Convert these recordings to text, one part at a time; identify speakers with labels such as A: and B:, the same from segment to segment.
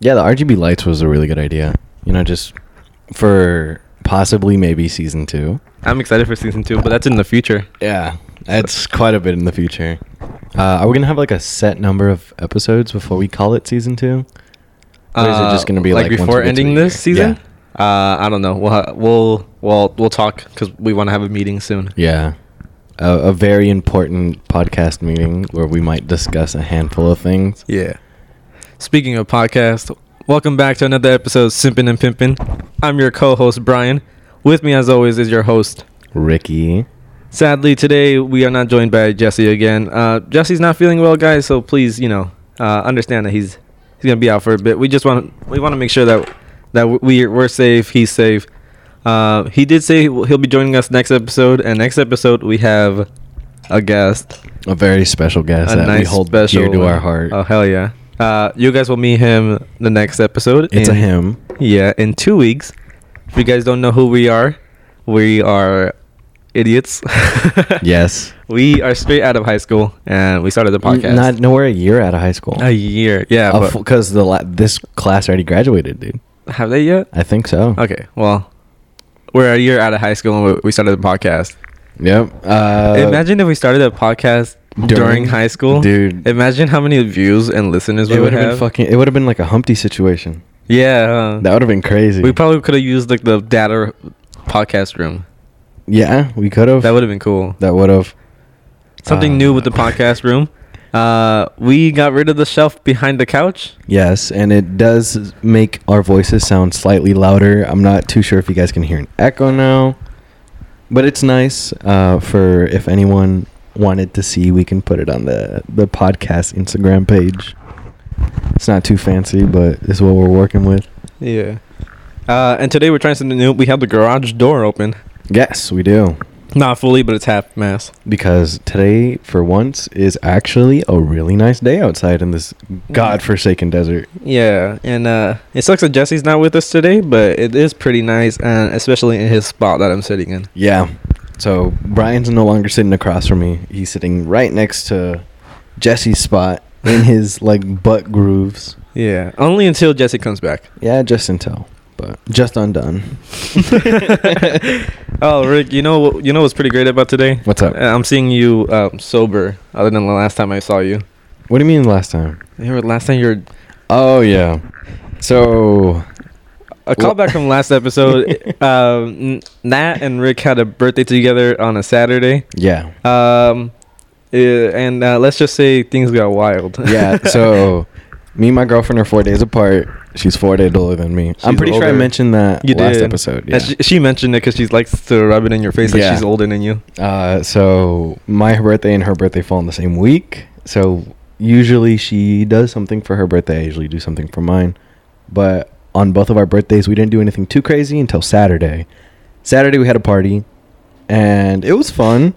A: Yeah, the RGB lights was a really good idea. You know, just for possibly maybe season two.
B: I'm excited for season two, but that's in the future.
A: Yeah, that's quite a bit in the future. Uh, are we gonna have like a set number of episodes before we call it season two? Or is it just gonna be, like, once we
B: Uh, before
A: get to
B: ending
A: the
B: this
A: year?
B: season? Uh, I don't know. We'll ha- we'll we'll we'll talk because we want to have a meeting soon.
A: Yeah, a, a very important podcast meeting where we might discuss a handful of things.
B: Yeah. Speaking of podcast, welcome back to another episode of Simpin' and Pimpin'. I'm your co-host Brian. With me, as always, is your host.
A: Ricky,
B: Sadly, today we are not joined by Jesse again. Uh, Jesse's not feeling well, guys. So please, you know, uh, understand that he's he's gonna be out for a bit. We just want we want to make sure that that we we're safe. He's safe. Uh, he did say he'll be joining us next episode, and next episode we have a guest
A: a very special guest that we hold dear to
B: one.
A: our heart.
B: Oh hell yeah! Uh, you guys will meet him the next episode.
A: it's a
B: in-
A: him.
B: Yeah, in two weeks. If you guys don't know who we are, we are idiots.
A: Yes.
B: we are straight out of high school, and we started the podcast.
A: Not nowhere a year out of high school.
B: a year. Uh, Yeah, but
A: because the la- this class already graduated, dude.
B: have they yet?
A: I think so.
B: Okay, well, we're a year out of high school, and we- we started the podcast.
A: Yep. Uh,
B: Imagine if we started a podcast during,
A: during-
B: high school,
A: dude.
B: Imagine how many views and listeners we
A: it
B: would
A: would have
B: have.
A: been fucking. It would have been like a Humpty situation.
B: yeah. huh?
A: That would have been crazy.
B: We probably could have used like the data podcast room.
A: yeah, we could have.
B: That would have been cool.
A: That would have.
B: Something
A: Uh,
B: new with the podcast room. Uh, we got rid of the shelf behind the couch.
A: Yes, and it does make our voices sound slightly louder. I'm not too sure if you guys can hear an echo now, but it's nice uh, for if anyone wanted to see, we can put it on the the podcast Instagram page. It's not too fancy, but it's what we're working with.
B: Yeah. Uh, and today we're trying something new. We have the garage door open.
A: Yes, we do.
B: Not fully, but it's half mass.
A: Because today, for once, is actually a really nice day outside in this godforsaken desert.
B: Yeah. And uh, it sucks that Jesse's not with us today, but it is pretty nice, and especially in his spot that I'm sitting in.
A: Yeah. So Brian's no longer sitting across from me. He's sitting right next to Jesse's spot in his like butt grooves.
B: Yeah. Only until Jesse comes back.
A: Yeah, just until, but just undone.
B: Oh, Rick, you know what- you know what's pretty great about today?
A: What's up?
B: Uh, I'm seeing you um, sober, other than the last time I saw you.
A: What do you mean last time?
B: Remember last time you were
A: Oh yeah. So
B: a callback from last episode. um, Nat and Rick had a birthday together on a Saturday.
A: yeah,
B: Um, eh, and uh, let's just say things got wild.
A: yeah. So me and my girlfriend are four days apart. She's four days older than me. I'm
B: She's
A: pretty sure I
B: older.
A: mentioned that
B: You
A: last
B: did.
A: episode. Yeah.
B: And she, she mentioned it because she likes to rub it in your face like
A: Yeah.
B: she's older than you.
A: Uh, so my birthday and her birthday fall in the same week. So usually she does something for her birthday. I usually do something for mine. But on both of our birthdays, we didn't do anything too crazy until Saturday. Saturday we had a party, and it was fun,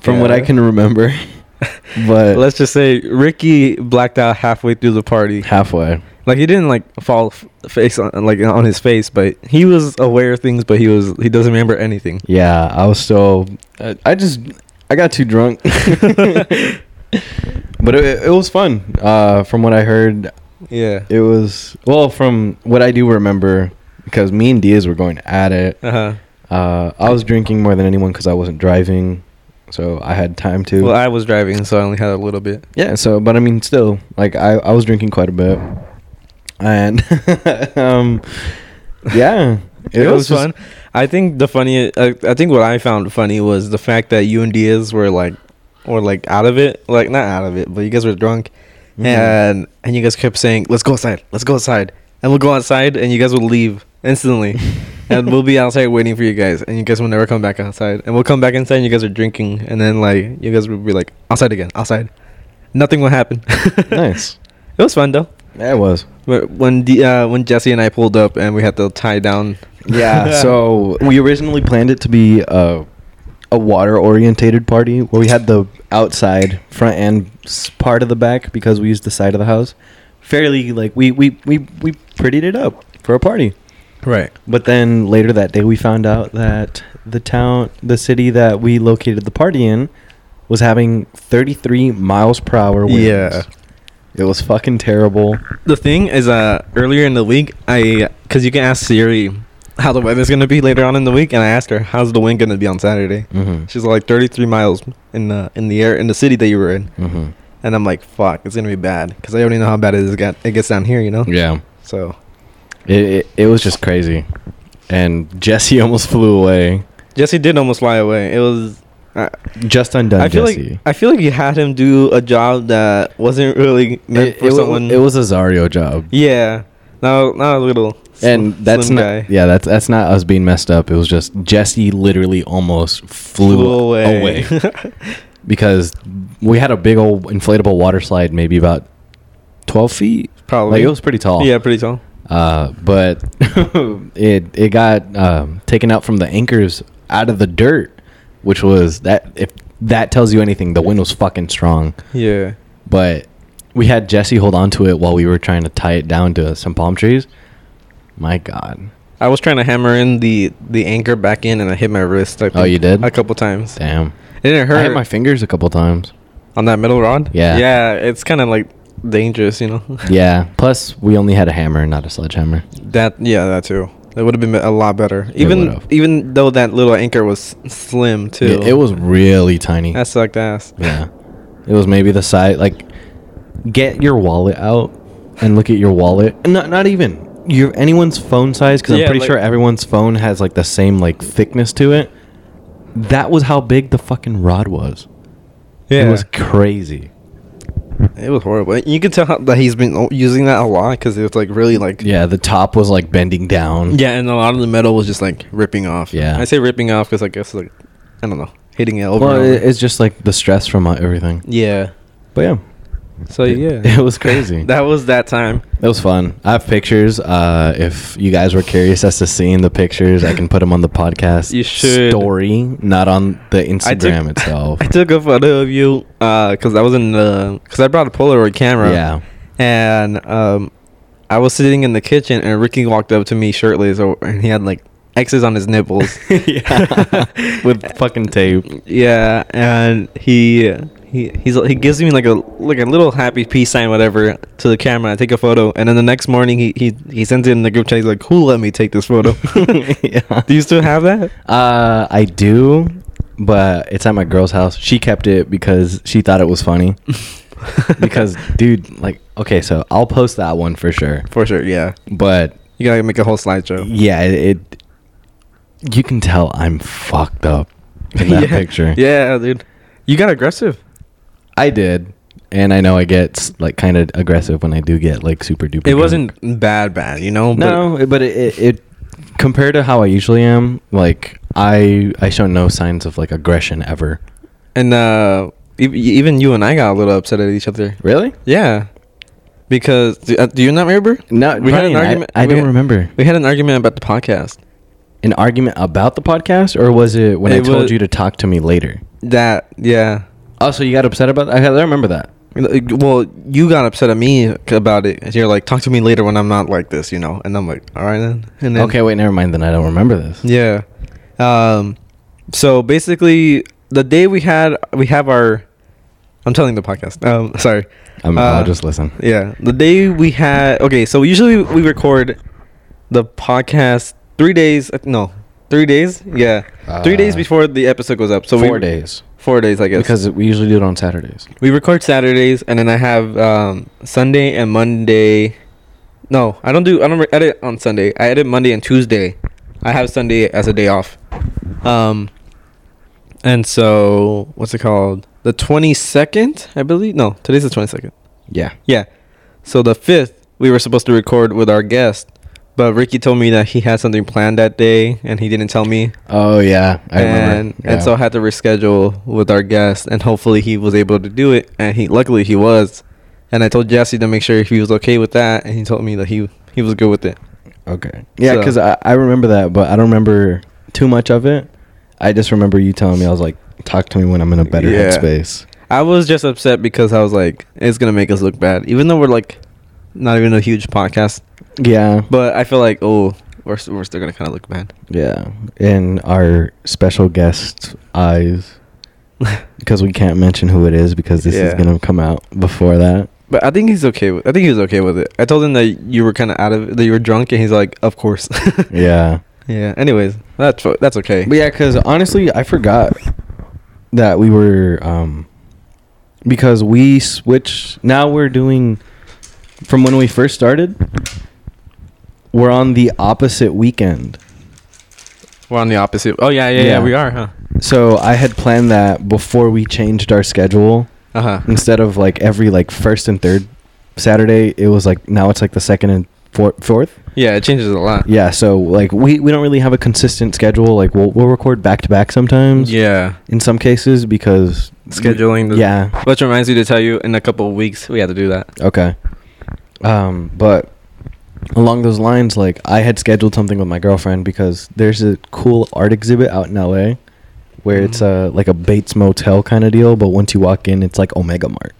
A: from what I
B: Yeah.
A: can remember. but
B: Let's just say Ricky blacked out halfway through the party.
A: halfway.
B: Like he didn't like fall f- face on, like on his face, but he was aware of things, but he was he doesn't remember anything.
A: Yeah, I was so. I I just I got too drunk. But it, it was fun. Uh, from what I heard,
B: Yeah.
A: It was well from what I do remember because me and Diaz were going at it.
B: Uh huh.
A: Uh, I was drinking more than anyone because I wasn't driving, so I had time to.
B: Well, I was driving, so I only had a little bit.
A: yeah. So, but I mean, still, like I, I was drinking quite a bit, and um, yeah,
B: It,
A: just-
B: was, fun. I think the funny. I, I think what I found funny was the fact that you and Diaz were like, were like out of it, like not out of it, but you guys were drunk,
A: Mhm.
B: and and you guys kept saying, "Let's go outside, let's go outside," and we'll go outside, and you guys would leave instantly, and we'll be outside waiting for you guys, and you guys will never come back outside, and we'll come back inside, and you guys are drinking, and then like you guys would be like outside again, outside, nothing will happen.
A: nice.
B: It was fun though.
A: Yeah, it was.
B: But when the uh, when Jesse and I pulled up and we had to tie down.
A: Yeah. so we originally planned it to be a a water orientated party where we had the outside front and s- part of the back because we used the side of the house. Fairly like we we we we prettied it up for a party.
B: right.
A: But then later that day we found out that the town the city that we located the party in was having 33 miles per hour winds.
B: Yeah.
A: It was fucking terrible.
B: The thing is, uh, earlier in the week, I because you can ask Siri how the weather's gonna be later on in the week, and I asked her how's the wind gonna be on Saturday.
A: Mhm.
B: She's like 33 miles in the in the air in the city that you were in,
A: hmm
B: and I'm like, fuck, it's gonna be bad because I already know how bad it is. Got it gets down here, you know.
A: Yeah.
B: So
A: It, it it was just crazy, and Jesse almost flew away.
B: Jesse did almost fly away. It was. I,
A: Just undone,
B: I feel
A: Jesse.
B: like I feel like you had him do a job that wasn't really
A: it,
B: meant for
A: it wa-
B: someone.
A: it was a Zario job.
B: yeah, not not a little.
A: and
B: slim-
A: that's
B: slim
A: not
B: guy.
A: yeah that's that's not us being messed up it was just jesse literally almost flew, away. because we had a big old inflatable water slide maybe about 12 feet
B: Probably.
A: like it was pretty tall
B: Yeah, pretty tall.
A: uh but it it got um taken out from the anchors out of the dirt which was that if that tells you anything the wind was fucking strong
B: Yeah.
A: but we had jesse hold on to it while we were trying to tie it down to some palm trees my god
B: I was trying to hammer in the the anchor back in, and I hit my wrist. I
A: Oh, you did?
B: a couple times.
A: damn
B: It didn't
A: I
B: hurt
A: hit my fingers a couple times.
B: on that metal rod.
A: Yeah.
B: yeah. It's kind of like dangerous, you know.
A: Yeah. Plus, we only had a hammer, not a sledgehammer.
B: That yeah, that too. That would have been a lot better. Even
A: would've.
B: even though that little anchor was s- slim too.
A: It, it was really tiny.
B: that sucked ass.
A: yeah. It was maybe the size. Like, get your wallet out and look at your wallet. Not not even your anyone's phone size because
B: Yeah,
A: I'm pretty
B: like-
A: sure everyone's phone has like the same like thickness to it. That was how big the fucking rod was.
B: Yeah,
A: It was crazy.
B: horrible. You could tell how, that he's been o- using that a lot because it was like really like
A: Yeah, the top was like bending down.
B: yeah, and a lot of the metal was just like ripping off.
A: Yeah.
B: I say ripping off because I guess like I don't know hitting it over.
A: Well,
B: and over.
A: it, it's just like the stress from uh, everything.
B: yeah.
A: But yeah.
B: So
A: It-
B: yeah,
A: it was crazy.
B: that was that time.
A: It was fun. I have pictures. Uh, if you guys were curious as to seeing the pictures, I can put them on the podcast.
B: You should.
A: story, not on the Instagram itself.
B: I took a photo of you because I was in the because I brought a Polaroid camera.
A: Yeah,
B: and um, I was sitting in the kitchen, and Ricky walked up to me shirtless, or, and he had like X's on his nipples.
A: yeah, with fucking tape.
B: yeah, and he he he's he gives me like a like a little happy peace sign, whatever, to the camera. I take a photo, and then the next morning he he he sends it in the group chat. He's like, "Who let me take this photo?"
A: Yeah.
B: Do you still have that?
A: Uh, I do, but it's at my girl's house. She kept it because she thought it was funny. because, dude, like, okay, so I'll post that one for sure.
B: for sure, yeah.
A: But
B: You gotta make a whole slideshow.
A: yeah, it, it you can tell I'm fucked up in that
B: Yeah.
A: picture.
B: Yeah, dude. You got aggressive.
A: I did, and I know I get s- like kind of aggressive when I do get like super duper.
B: It
A: drunk.
B: wasn't bad, bad, you know. but-
A: no, it- but it, it it compared to how I usually am, like I I show no signs of like aggression ever.
B: And uh, e- even you and I got a little upset at each other.
A: Really?
B: Yeah, because do, uh, do you not remember?
A: No,
B: we had an
A: Brian, I-
B: argument.
A: I
B: we-
A: don't remember.
B: We had an argument about the podcast.
A: An argument about the podcast, or was it when I
B: It
A: told
B: was-
A: you to talk to me later?
B: That yeah.
A: Oh, so you got upset about that? I don't remember that.
B: Like, Well, you got upset at me about it. And You're like, talk to me later when I'm not like this, you know. And I'm like, all right then. And then,
A: okay, wait, never mind. Then I don't remember this.
B: Yeah. Um. So basically, the day we had we have our, I'm telling the podcast. Um. Sorry.
A: I'm,
B: Uh,
A: I'll just listen.
B: Yeah, the day we had okay, so usually we record the podcast three days. uh, No, three days. Yeah, three days
A: Uh,
B: before the episode goes up. So
A: Four
B: we,
A: days
B: Four days, I guess.
A: because we usually do it on Saturdays.
B: we record Saturdays, and then I have um, Sunday and Monday. No, I don't do. I don't re- edit on Sunday. I edit Monday and Tuesday. I have Sunday as a day off. Um, and so what's it called? The twenty second, I believe. No, today's the twenty second.
A: Yeah.
B: Yeah. So the fifth, we were supposed to record with our guest, but Ricky told me that he had something planned that day, and he didn't tell me,
A: Oh yeah, I
B: and
A: remember. Yeah.
B: and so I had to reschedule with our guest, and hopefully he was able to do it, and he luckily he was, and I told Jesse to make sure if he was okay with that, and he told me that he he was good with it.
A: Okay. Yeah,
B: So-
A: because I, I remember that, but I don't remember too much of it. I just remember you telling me I was like, talk to me when I'm in a better
B: Yeah.
A: headspace.
B: I was just upset because I was like, it's gonna make us look bad, even though we're like, not even a huge podcast,
A: Yeah.
B: but I feel like oh, we're s- we're still gonna kind of look bad.
A: Yeah. In our special guest's eyes, because we can't mention who it is because this is
B: Yeah.
A: gonna come out before that.
B: But I think he's okay with. I think he was okay with it. I told him that you were kind of out of it, that you were drunk, and he's like, "Of course."
A: Yeah.
B: yeah. Anyways, that's fi- that's okay.
A: But yeah, because honestly, I forgot that we were um because we switched. Now we're doing from when we first started. We're on the opposite weekend,
B: We're on the opposite. Oh yeah, yeah, yeah.
A: Yeah.
B: we are, huh?
A: so I had planned that before we changed our schedule.
B: Uh huh.
A: Instead of like every like first and third Saturday, it was like now it's like the second and four- fourth.
B: Yeah, it changes a lot.
A: Yeah, so like we we don't really have a consistent schedule. Like we'll we'll record back to back sometimes.
B: Yeah.
A: in some cases because
B: Scheduling. The,
A: yeah
B: Which reminds me to tell you, in a couple of weeks, we had to do that.
A: okay um but along those lines like i had scheduled something with my girlfriend because there's a cool art exhibit out in la where it's uh,
B: Mm.
A: like a bates motel kind of deal but once you walk in it's like omega mart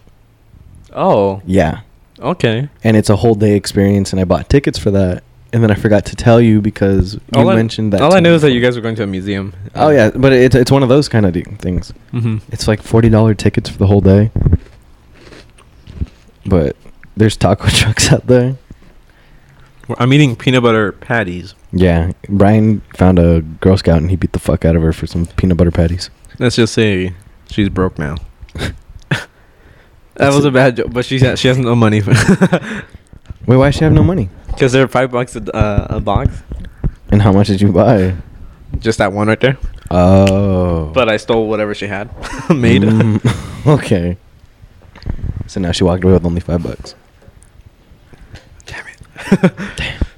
B: Oh.
A: yeah
B: Okay.
A: and it's a whole day experience and i bought tickets for that and then i forgot to tell you because you
B: all
A: mentioned
B: I,
A: that
B: All
A: to
B: I knew
A: me.
B: is that you guys were going to a museum.
A: oh yeah but it's, it's one of those kind of things
B: Mm-hmm.
A: It's like forty dollar tickets for the whole day. But there's taco trucks out there.
B: I'm eating peanut butter patties.
A: Yeah, Brian found a Girl Scout and he beat the fuck out of her for some peanut butter patties.
B: Let's just say she's broke now. that
A: That's
B: was
A: it.
B: a bad joke, but she ha- she has no money
A: Wait, why does she have no money?
B: because they're five bucks a, d- uh, a box.
A: And how much did you buy?
B: Just that one right there.
A: Oh,
B: But I stole whatever she had made.
A: Mm, okay. So now she walked away with only five bucks.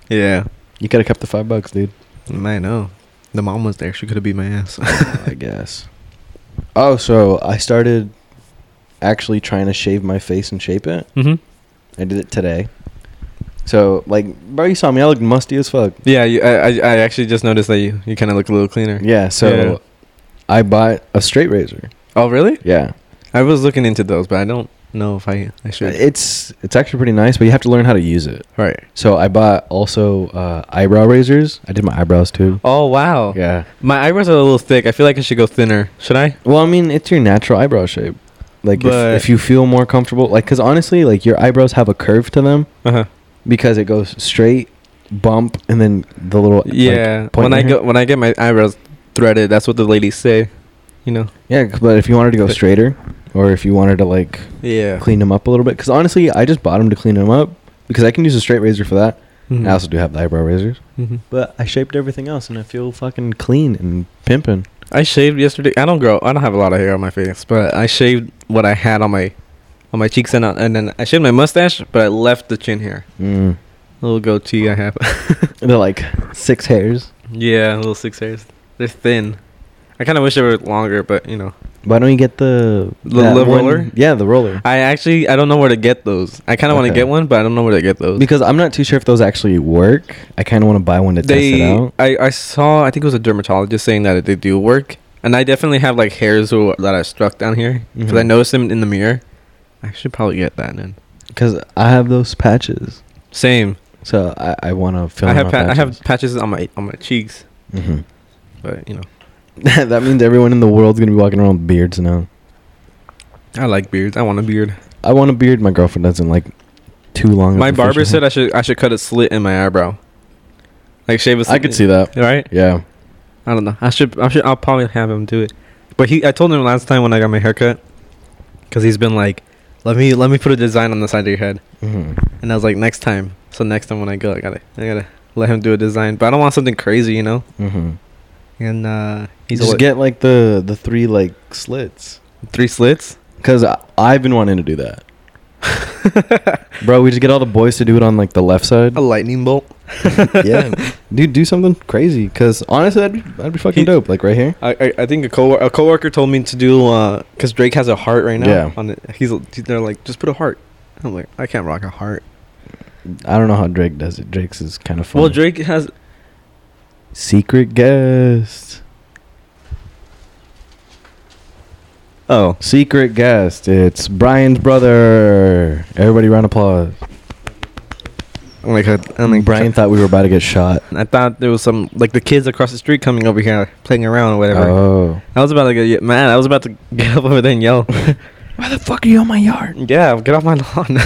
B: Yeah,
A: You could have kept the five bucks, dude.
B: I know. The mom was there. She could have beat my ass.
A: I guess. Oh, so I started actually trying to shave my face and shape it.
B: mm-hmm.
A: I did it today. So like, bro, you saw me. I looked musty as fuck.
B: Yeah, you, I, I I actually just noticed that you, you kind of look a little cleaner.
A: Yeah. So
B: Yeah.
A: I bought a straight razor.
B: Oh really?
A: Yeah.
B: I was looking into those, but I don't know if I I should.
A: It's it's actually pretty nice, but you have to learn how to use it.
B: right.
A: So I bought also uh, eyebrow razors. I did my eyebrows too.
B: Oh wow.
A: Yeah.
B: My eyebrows are a little thick. I feel like I should go thinner. Should I?
A: Well, I mean, it's your natural eyebrow shape. Like if,
B: But-
A: if you feel more comfortable, like because honestly, like your eyebrows have a curve to them
B: Uh huh.
A: because it goes straight, bump, and then the little like,
B: Yeah.
A: point
B: when I
A: right
B: go when I get my eyebrows threaded, that's what the ladies say. You know.
A: yeah. But if you wanted to go
B: But-
A: straighter, or if you wanted to like
B: Yeah.
A: clean them up a little bit. Because honestly, I just bought them to clean them up because I can use a straight razor for that.
B: Mm-hmm.
A: I also do have the eyebrow razors,
B: hmm
A: Mm-hmm. but I shaped everything else and I feel fucking clean and pimping.
B: I shaved yesterday. I don't grow. I don't have a lot of hair on my face, but I shaved what I had on my on my cheeks and on, and then I shaved my mustache, but I left the chin hair,
A: Mm.
B: little goatee I have.
A: They're like six hairs.
B: yeah, little six hairs. They're thin. I kind of wish they were longer, but you know.
A: Why don't you get the
B: The
A: that
B: lip
A: one-
B: roller?
A: Yeah, the roller.
B: I actually I don't know where to get those. I kind of want to
A: Okay.
B: get one, but I don't know where to get those.
A: Because I'm not too sure if those actually work. I kind of want to buy one to test it
B: they
A: out.
B: I, I saw I think it was a dermatologist saying that they do work and I definitely have like hairs who- that I struck down here because I
A: Mhm.
B: noticed them in the mirror I should probably get that then
A: Because I have those patches,
B: same
A: so I, I want to fill.
B: I
A: in
B: have
A: my
B: pa- I have
A: patches.
B: patches on my on my cheeks
A: Mhm.
B: but you know
A: that means everyone in the world's gonna be walking around with beards now.
B: I like beards I want a beard
A: I want a beard. My girlfriend doesn't like too long.
B: my barber said I should I should cut a slit in my eyebrow like shave a
A: I
B: slit
A: could see that.
B: right
A: Yeah.
B: I don't know I should I should I'll probably have him do it but he I told him last time when I got my haircut because he's been like let me let me put a design on the side of your head
A: Mm-hmm.
B: And I was like, next time. So next time when I go, I gotta, I gotta let him do a design. But I don't want something crazy, you know.
A: Mm-hmm.
B: And uh,
A: You
B: he's
A: just
B: just
A: get like the the three like slits.
B: three slits.
A: Cause I, I've been wanting to do that, bro. We just get all the boys to do it on like the left side.
B: A lightning bolt.
A: Oh, yeah, dude, do something crazy. Cause honestly, that'd be, that'd be fucking
B: He-
A: dope. Like right here.
B: I, I, I think a co a coworker told me to do because Drake has a heart right now.
A: Yeah.
B: On it, he's they're like, just put a heart. I'm like, I can't rock a heart.
A: I don't know how Drake does it. Drake's is kind of funny.
B: Well, Drake has.
A: secret guest.
B: Oh.
A: Secret guest. It's Brian's brother. Everybody, round applause.
B: I'm like, I
A: I mean, Brian thought we were about to get shot.
B: I thought there was some like the kids across the street coming over here playing around or whatever.
A: Oh,
B: I was about to get mad. I was about to get up over there and yell.
A: Why the fuck are you on my yard?
B: Yeah, get off my lawn.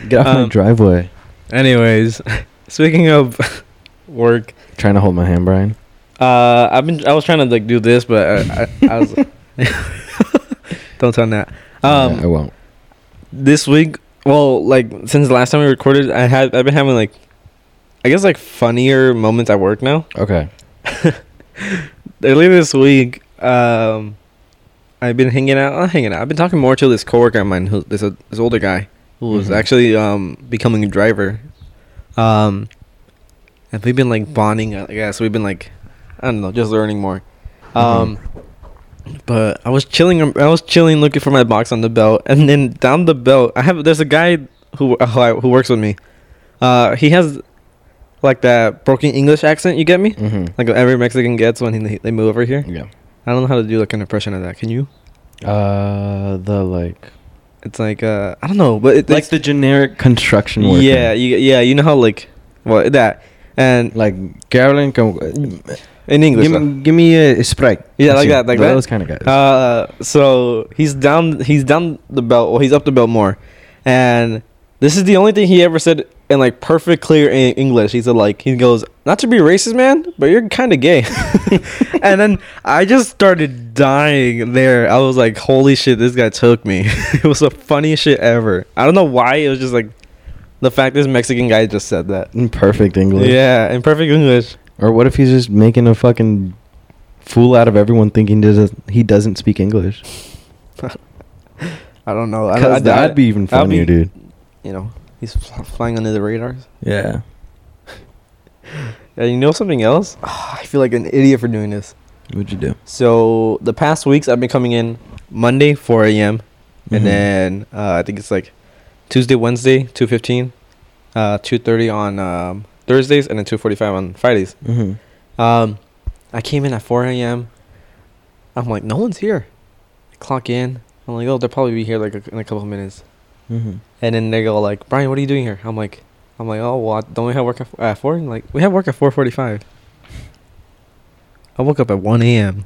A: Get off my
B: Um,
A: driveway.
B: Anyways, speaking of work,
A: Trying to hold my hand, Brian.
B: uh, I've been I was trying to like do this, but I, I, I was don't tell that. Um,
A: Yeah, I won't.
B: this week well like since the last time we recorded i had i've been having like i guess like funnier moments at work now
A: Okay.
B: earlier this week um i've been hanging out not hanging out i've been talking more to this coworker of mine who this, this older guy who was
A: Mhm.
B: actually um becoming a driver um and we've been like bonding i guess we've been like i don't know just learning more um but i was chilling i was chilling looking for my box on the belt and then down the belt i have there's a guy who uh, who, I, who works with me uh he has like that broken english accent you get me
A: hmm
B: like every mexican gets when he, they move over here
A: Yeah.
B: i don't know how to do like an impression of that can you
A: Uh, the like,
B: it's like uh i don't know but it,
A: like
B: it's-
A: the generic construction worker.
B: yeah you, yeah you know how like well that and
A: like Carolyn, come,
B: in english
A: give,
B: though.
A: me- give me a sprite.
B: Yeah, like
A: Así,
B: that, like that.
A: Those kind of guys.
B: Uh, so he's down. He's down the belt. Well, he's up the belt more, and this is the only thing he ever said in like perfect, clear en- English. He said like he goes, "Not to be racist, man, but you're kind of gay." and then I just started dying there. I was like, "Holy shit, this guy took me." it was the funniest shit ever. I don't know why. It was just like the fact this Mexican guy just said that.
A: in perfect English.
B: Yeah, in perfect English.
A: Or what if he's just making a fucking fool out of everyone thinking does he doesn't speak English?
B: I don't know. I, I,
A: Because that'd be even
B: I'll
A: funnier,
B: be-
A: dude.
B: you know he's fl- flying under the radars.
A: Yeah.
B: Yeah, you know something else? Ah, I feel like an idiot for doing this.
A: What'd you do?
B: So the past weeks I've been coming in Monday 4 a.m.
A: Mm-hmm.
B: and then uh, I think it's like Tuesday, Wednesday 2:15, uh, 2:30 on um, Thursdays, and then 2:45 on Fridays.
A: hmm
B: Um, I came in at 4 a.m. I'm like, no one's here. I clock in. I'm like, oh, they'll probably be here like a, in a couple of minutes.
A: hmm
B: And then they go like, Brian, what are you doing here? I'm like, I'm like, oh, well, don't we have work at f- at four? And like, we have work at four forty-five. I woke up at one a.m.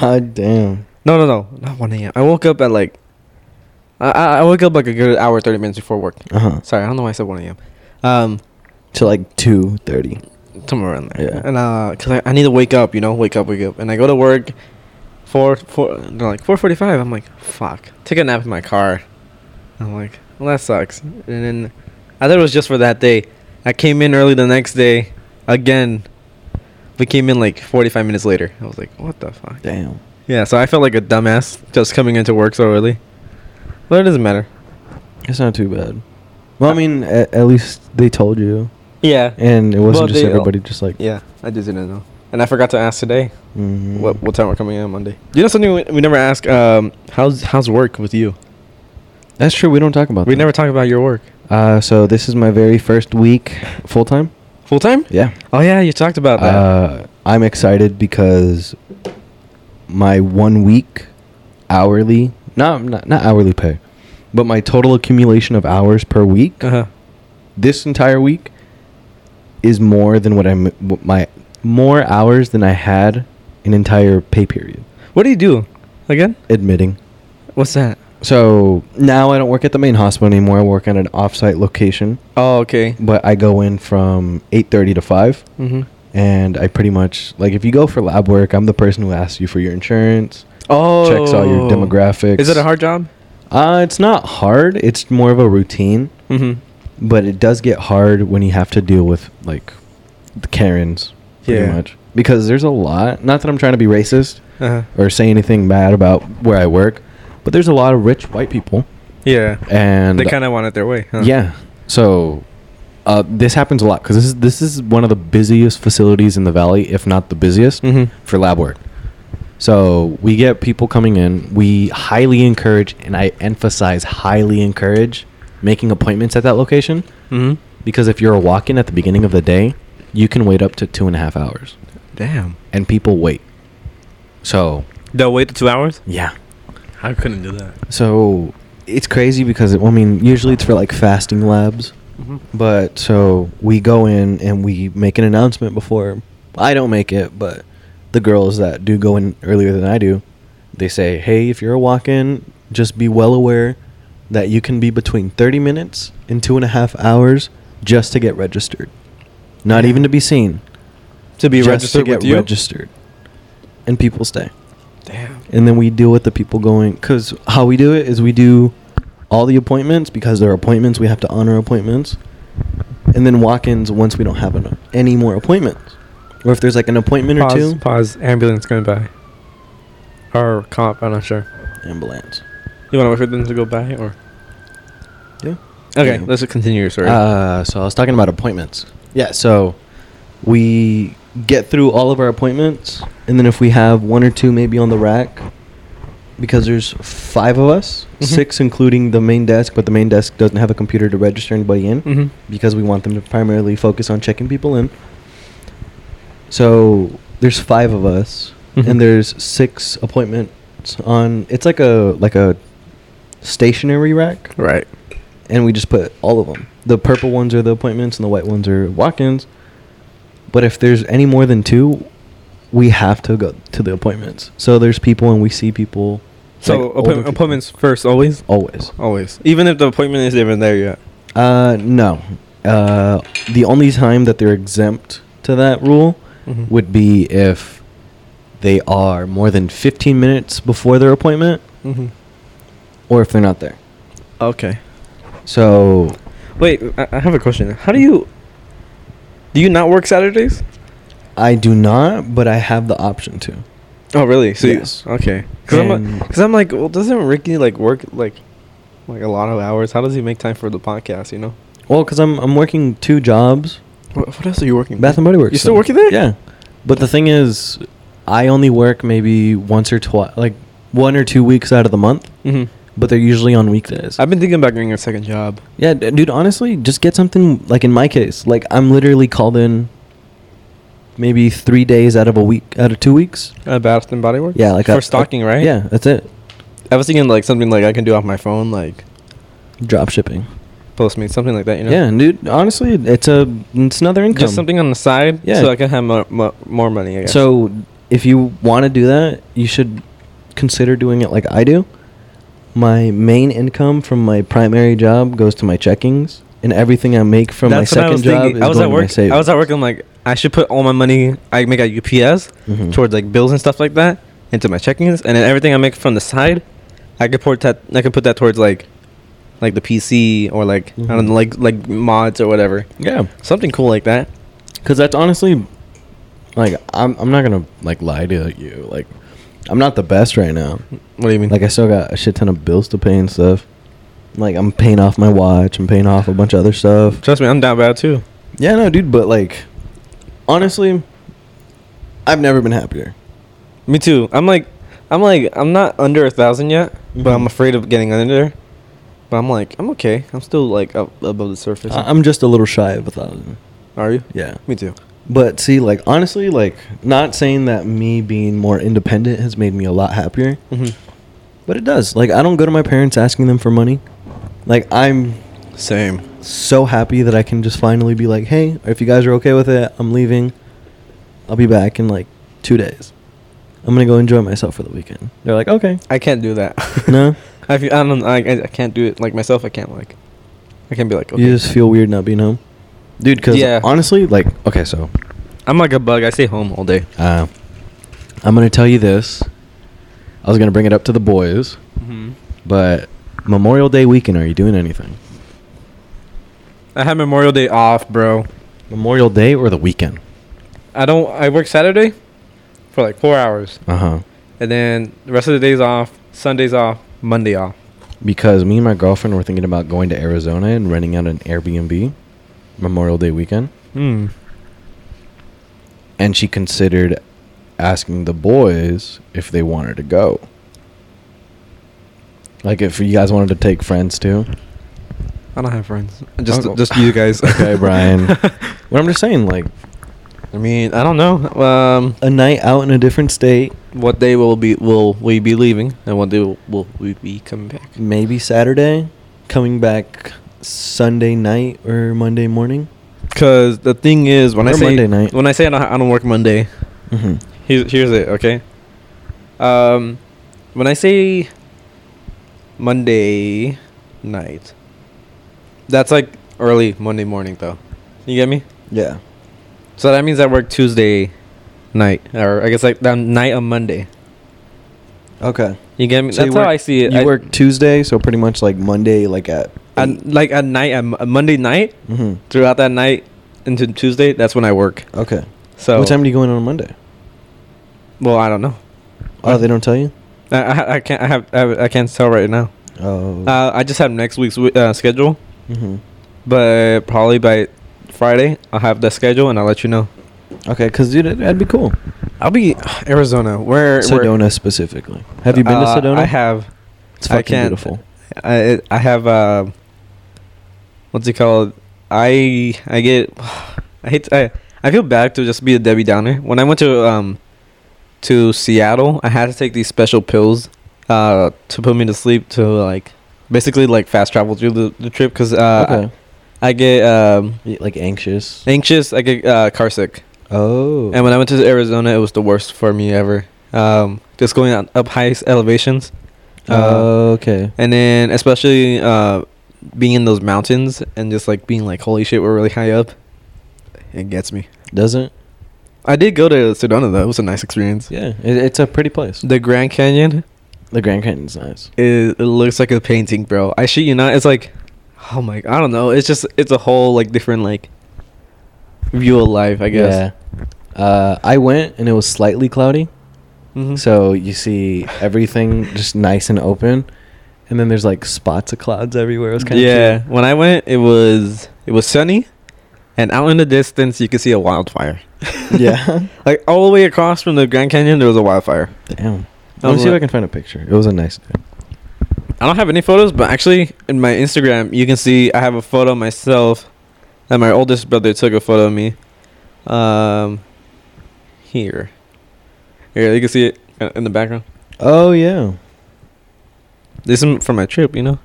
A: God damn.
B: No, no, no, not one a.m. I woke up at like, I- I I woke up like a good hour thirty minutes before work.
A: Uh huh.
B: Sorry, I don't know why I said one a.m. Um,
A: To like two thirty.
B: somewhere around there.
A: Yeah.
B: And uh, cause I, I need to wake up, you know, wake up, wake up. And I go to work, four four. They're like four forty-five. I'm like, fuck. Take a nap in my car. I'm like, well, that sucks. And then I thought it was just for that day. I came in early the next day. Again, we came in like forty-five minutes later. I was like, what the fuck?
A: Damn.
B: Yeah. So I felt like a dumbass just coming into work so early. But it doesn't matter.
A: It's not too bad. Well, I mean, at, at least they told you,
B: Yeah.
A: and it wasn't
B: Well,
A: just
B: they-
A: everybody just like.
B: Yeah. I just didn't know. And I forgot to ask today.
A: mhm.
B: What what time we're coming in on Monday? You know something we, we never ask. Um, how's how's work with you?
A: That's true. We don't talk about.
B: We
A: that.
B: never talk about your work.
A: Uh, so this is my very first week full time.
B: Full time?
A: Yeah.
B: Oh yeah, you talked about that.
A: Uh, I'm excited because my one week hourly, not, not not hourly pay, but my total accumulation of hours per week
B: Uh-huh.
A: this entire week is more than what I'm what my more hours than I had an entire pay period.
B: What do you do? Again?
A: Admitting.
B: What's that?
A: So now I don't work at the main hospital anymore. I work at an offsite location,
B: Oh okay.
A: but I go in from 8:30 to 5.
B: Mm-hmm.
A: and I pretty much like if you go for lab work, I'm the person who asks you for your insurance,
B: Oh.
A: checks all your demographics.
B: Is it a hard job?
A: Uh, it's not hard. It's more of a routine,
B: Mm-hmm.
A: but it does get hard when you have to deal with like the Karens, pretty
B: Yeah.
A: much, because there's a lot. Not that I'm trying to be racist
B: Uh-huh.
A: or say anything bad about where I work, but there's a lot of rich white people,
B: Yeah.
A: and
B: they kind of want it their way. Huh?
A: yeah. So uh, this happens a lot because this is this is one of the busiest facilities in the valley, if not the busiest,
B: Mhm.
A: for lab work. So we get people coming in. We highly encourage, and I emphasize highly encourage, making appointments at that location
B: Mm-hmm.
A: because if you're a walk-in at the beginning of the day, you can wait up to two and a half hours,
B: Damn.
A: and people wait. So
B: They'll wait two hours.
A: yeah,
B: I couldn't do that.
A: so it's crazy because it, well, I mean, usually it's for like fasting labs.
B: Mm-hmm.
A: But so we go in and we make an announcement before. I don't make it, but the girls that do go in earlier than I do, they say, "Hey, if you're a walk-in, just be well aware that you can be between 30 minutes and two and a half hours just to get registered. Not
B: Yeah.
A: even to be seen.
B: to be
A: just
B: registered
A: to get
B: with you.
A: registered. And people stay.
B: Damn.
A: And then we deal with the people going, because how we do it is we do all the appointments because they're appointments. We have to honor appointments. And then walk ins once we don't have enough, any more appointments. Or if there's like an appointment
C: pause,
A: or two,
C: Pause. Ambulance going by. Or cop. I'm not sure.
A: ambulance.
C: You want to wait for them to go by, or
B: Okay,
A: Yeah.
B: let's continue your story.
A: Uh, so I was talking about appointments. Yeah, so we get through all of our appointments, and then if we have one or two maybe on the rack, because there's five of us,
C: Mhm.
A: six including the main desk, but the main desk doesn't have a computer to register anybody in
C: mm-hmm.
A: because we want them to primarily focus on checking people in. So there's five of us,
C: Mhm.
A: and there's six appointments on. It's like a like a stationary rack
B: right.
A: and we just put all of them. The purple ones are the appointments, and the white ones are walk-ins. But if there's any more than two, we have to go to the appointments. So there's people, and we see people.
B: So
A: like, older
B: appointment-
A: people.
B: appointments first, always,
A: always.
B: always. Even if the appointment isn't even there yet.
A: Uh, no. Uh, the only time that they're exempt to that rule
B: Mm-hmm.
C: Mhm.
A: would be if they are more than 15 minutes before their appointment,
B: Mm-hmm.
A: or if they're not there.
B: Okay.
A: So
B: Wait, I, I have a question. How do you? Do you not work Saturdays?
A: I do not, but I have the option to.
B: Oh, really? So
A: Yes.
B: You, okay. Because I'm,
A: And-
B: like- 'cause I'm like, well, doesn't Ricky like work like like a lot of hours? How does he make time for the podcast? You know.
A: Well, because I'm I'm working two jobs.
B: What, what else are you working?
A: Bath and Body Works.
B: You still working there?
A: Yeah, but the thing is, I only work maybe once or twice, like one or two weeks out of the month.
B: Mm-hmm.
A: But they're usually on weekdays.
B: I've been thinking about getting a second job.
A: yeah, d- dude. Honestly, just get something like in my case, like I'm literally called in maybe three days out of a week, out of two weeks.
B: At Bath and Body Works.
A: Yeah, like
B: for
A: a-
B: stocking,
A: a-
B: right?
A: Yeah, that's it.
B: I was thinking like something like I can do off my phone, like
A: Drop shipping.
B: Postmates, something like that. You know.
A: Yeah, dude. Honestly, it's a it's another income.
B: Just something on the side,
A: Yeah.
B: so I can have more, more, more money. I guess.
A: So, if you want to do that, you should consider doing it like I do. My main income from my primary job goes to my checkings, and everything I make from
B: That's
A: my
B: what I was
A: second job
B: thinking.
A: is
B: I was
A: going
B: at
A: to my
B: work.
A: savings.
B: I was at work. I'm like, I should put all my money I make at UPS
A: Mhm.
B: towards like bills and stuff like that into my checkings, and then everything I make from the side, I could put that. I can put that towards like, like the PC or like I don't
A: Mhm.
B: know, like like mods or whatever.
A: Yeah,
B: Something cool like that.
A: because that's honestly, like, I'm I'm not gonna like lie to you. Like, I'm not the best right now.
B: What do you mean?
A: Like, I still got a shit ton of bills to pay and stuff. Like, I'm paying off my watch. I'm paying off a bunch of other stuff.
B: trust me, I'm down bad too.
A: Yeah, no, dude, but like, honestly, I've never been happier.
B: Me too. I'm like, I'm like, I'm not under a thousand yet, but
A: Mhm.
B: I'm afraid of getting under there. But I'm like, I'm okay. I'm still like up above the surface.
A: I- Uh, I'm just a little shy of a thousand.
B: Are you?
A: Yeah.
B: Me too.
A: But see, like, honestly, like, not saying that me being more independent has made me a lot happier, but it does. Like, I don't go to my parents asking them for money. Like, I'm
B: Same.
A: so happy that I can just finally be like, hey, if you guys are okay with it, I'm leaving. I'll be back in like two days. I'm going to go enjoy myself for the weekend. They're like, okay.
B: I can't do that.
A: No?
B: I feel, I don't I, I I can't do it like myself. I can't like I can't be like okay.
A: You just feel weird not being home. Dude, because
B: Yeah.
A: honestly, like, okay, so
B: I'm like a bug. I stay home all day.
A: Uh, I'm gonna tell you this. I was gonna bring it up to the boys,
B: Mm-hmm.
A: but Memorial Day weekend, are you doing anything?
B: I had Memorial Day off, bro.
A: Memorial Day or the weekend?
B: I don't. I work Saturday for like four hours,
A: Uh huh.
B: and then the rest of the days off. Sundays off. Monday off.
A: Because me and my girlfriend were thinking about going to Arizona and renting out an Airbnb Memorial Day weekend,
B: Hmm.
A: and she considered asking the boys if they wanted to go. Like if you guys wanted to take friends too.
B: I don't have friends.
A: Just-
B: Just
A: just
B: just you guys.
A: Okay, Brian. what I'm just saying, like
B: I mean, I don't know. Um,
A: a night out in a different state,
B: what day will be will we be leaving, and what day will, will we be coming back?
A: maybe Saturday, coming back Sunday night or Monday morning.
B: Because the thing is, when I
A: Or
B: say
A: Monday night.
B: when I say I don't, I don't work Monday,
A: Mm-hmm.
B: Here's here's it, okay? Um when I say Monday night. That's like early Monday morning, though. You get me?
A: Yeah.
B: So that means I work Tuesday night, or I guess like that night on Monday.
A: Okay.
B: You get me?
A: So you
B: That's
A: work-
B: how I see it.
A: You
B: I,
A: work Tuesday, so pretty much like Monday, like at.
B: at, like at night, at Mo- Monday night,
A: Mm-hmm.
B: throughout that night into Tuesday. That's when I work.
A: Okay.
B: So
A: what time do you go in on Monday?
B: Well, I don't know.
A: Oh, they don't tell you.
B: I, I, I can't. I have. I, I can't tell right now.
A: Oh.
B: Uh, I just have next week's wi- uh, schedule,
A: hmm
B: but probably by Friday I'll have the schedule and I'll let you know.
A: Okay, because dude, it- that'd be cool.
B: I'll be Arizona. Where? where-
A: Sedona specifically. Have you been
B: Uh,
A: to Sedona?
B: I have.
A: It's
B: I
A: fucking
B: can't-
A: beautiful.
B: I I have uh, what's it called? I I get I hate I I feel bad to just be a Debbie Downer. When I went to um to Seattle, I had to take these special pills uh to put me to sleep to like basically like fast travel through the, the trip because uh
A: okay.
B: I, I get um
A: Y- like anxious.
B: anxious, I get uh car sick.
A: Oh.
B: And when I went to Arizona, it was the worst for me ever. Um, just going out, up high s- elevations. Uh,
A: Oh, okay.
B: and then especially uh being in those mountains and just like being like holy shit we're really high up it gets me
A: Doesn't.
B: i did go to sedona though it was a nice experience
A: Yeah, it, it's a pretty place.
B: the grand canyon
A: The Grand Canyon's nice.
B: is, it looks like a painting bro i shit you not it's like oh my i don't know it's just it's a whole like different like view of life i guess
A: Yeah. Uh, I went and it was slightly cloudy,
B: Mhm.
A: so you see everything just nice and open, and then there's like spots of clouds everywhere. It was kind of
B: yeah when i went it was it was sunny and out in the distance you could see a wildfire
A: yeah.
B: like all the way across from the grand canyon there was a wildfire
A: Damn.
B: I
A: Let me
B: was
A: see if I
B: like-
A: can find a picture. It was a nice day.
B: I don't have any photos, but actually, in my Instagram, you can see I have a photo of myself that my oldest brother took a photo of me. Um, here, here you can see it uh, in the background.
A: Oh yeah.
B: This is from my trip, you know.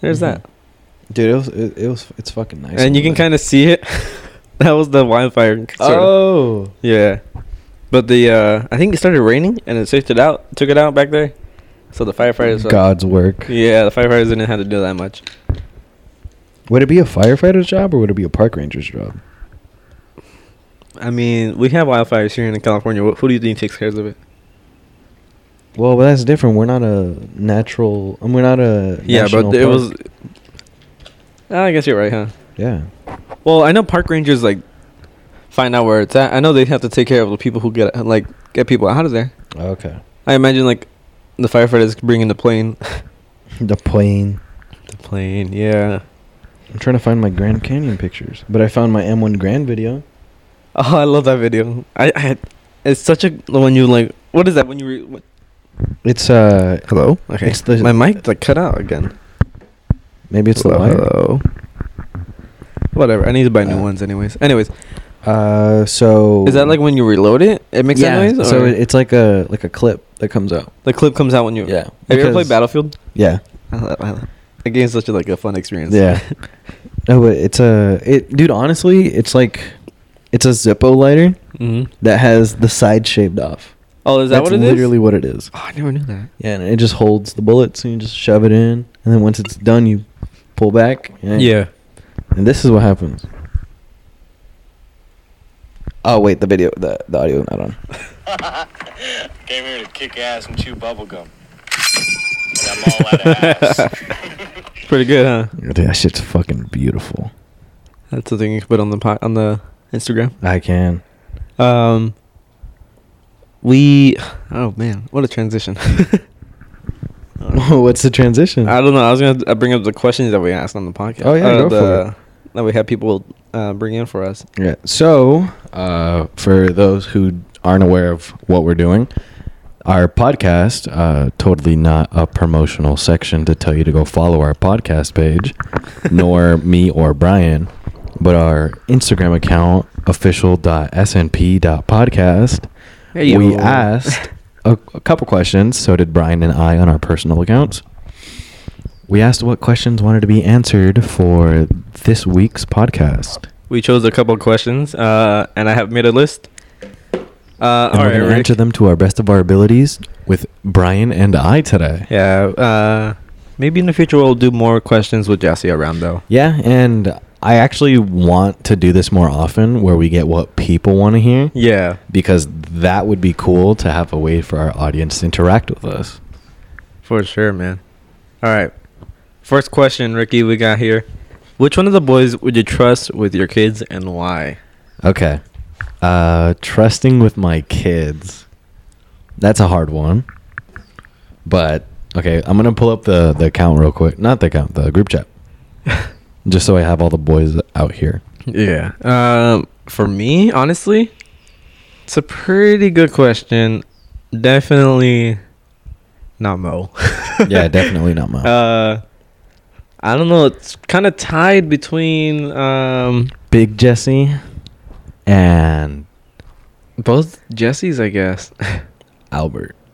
B: There's
A: Mhm.
B: that,
A: Dude, it was it, it was it's fucking nice.
B: and you can kind of see it. that was the wildfire. Sort of.
A: Oh.
B: yeah. But the uh, I think it started raining, and it took it out, took it out back there. So the firefighters.
A: God's work.
B: Yeah, the firefighters didn't have to do that much.
A: Would it be a firefighter's job or would it be a park ranger's job?
B: I mean, we have wildfires here in California. Wh- Who do you think takes care of it?
A: Well, but that's different. We're not a natural. Um, we're not a.
B: Yeah, but
A: national
B: it
A: park.
B: was. Ah, I guess you're right, huh?
A: Yeah.
B: Well, I know park rangers like find out where it's at. I know they have to take care of the people who get like get people out of there.
A: Okay.
B: I imagine like the firefighters bringing the plane.
A: The plane.
B: the plane, yeah.
A: I'm trying to find my Grand Canyon pictures, but I found my M1 Grand video.
B: Oh, I love that video. I, I it's such a when you like what is that when you re, what?
A: It's uh,
B: hello okay
A: It's the-
B: my mic like cut out again.
A: maybe it's the wire.
B: hello. Whatever. I need to buy new
A: Uh,
B: ones, anyways. Anyways,
A: Uh, so
B: is that like when you reload it? It makes
A: yeah,
B: that noise.
A: So
B: or-
A: it- it's like a like a clip that comes out.
B: The clip comes out when you.
A: Yeah.
B: Have you ever
A: because-
B: played Battlefield?
A: Yeah.
B: The game's such a, like a fun experience.
A: Yeah. No, but it's a it, dude. Honestly, it's like it's a Zippo lighter
B: hmm
A: that has the side shaved off.
B: Oh, is that
A: That's
B: what it is?
A: Literally what it is.
B: Oh, I never knew that.
A: Yeah, and it just holds the bullets, and you just shove it in, and then once it's done, you pull back. And,
C: Yeah.
A: And this is what happens. Oh wait, the video, the the audio not on.
D: Came here to kick ass and chew bubblegum. And I'm all out of ass.
B: It's pretty good, huh?
A: Dude, that shit's fucking beautiful.
B: That's the thing you can put on the po- on the Instagram.
A: I can.
B: Um, we. Oh man, what a transition.
A: What's the transition?
B: I don't know. I was gonna uh, bring up the questions that we asked on the podcast.
A: Oh, yeah,
B: Uh,
A: go for
B: the- That we had people uh, bring in for us.
A: Yeah. So, uh, for those who aren't aware of what we're doing, our podcast, uh, totally not a promotional section to tell you to go follow our podcast page, nor me or Brian, but our Instagram account, official.snp.podcast.
B: Hey,
A: we
B: yo.
A: asked a, a couple questions. So did Brian and I on our personal accounts. We asked what questions wanted to be answered for this week's podcast.
B: We chose a couple questions, uh, and I have made a list. Uh,
A: And we're
B: all right,
A: going to
B: Rick.
A: answer them to our best of our abilities with Brian and I today.
B: Yeah. Uh, maybe in the future we'll do more questions with Jesse around though.
A: Yeah, and I actually want to do this more often where we get what people want to hear
B: Yeah.
A: because that would be cool to have a way for our audience to interact with us.
B: For sure, man. All right. First question, Ricky, we got here. Which one of the boys would you trust with your kids and why?
A: Okay. Uh trusting with my kids. That's a hard one. But okay, I'm going to pull up the the account real quick. Not the account, the group chat. Just so I have all the boys out here.
B: Yeah. Um, for me, honestly, it's a pretty good question. Definitely not Mo.
A: Yeah, definitely not mine.
B: Uh, I don't know. It's kind of tied between um
A: Big Jesse and
B: both Jessies, I guess.
A: Albert.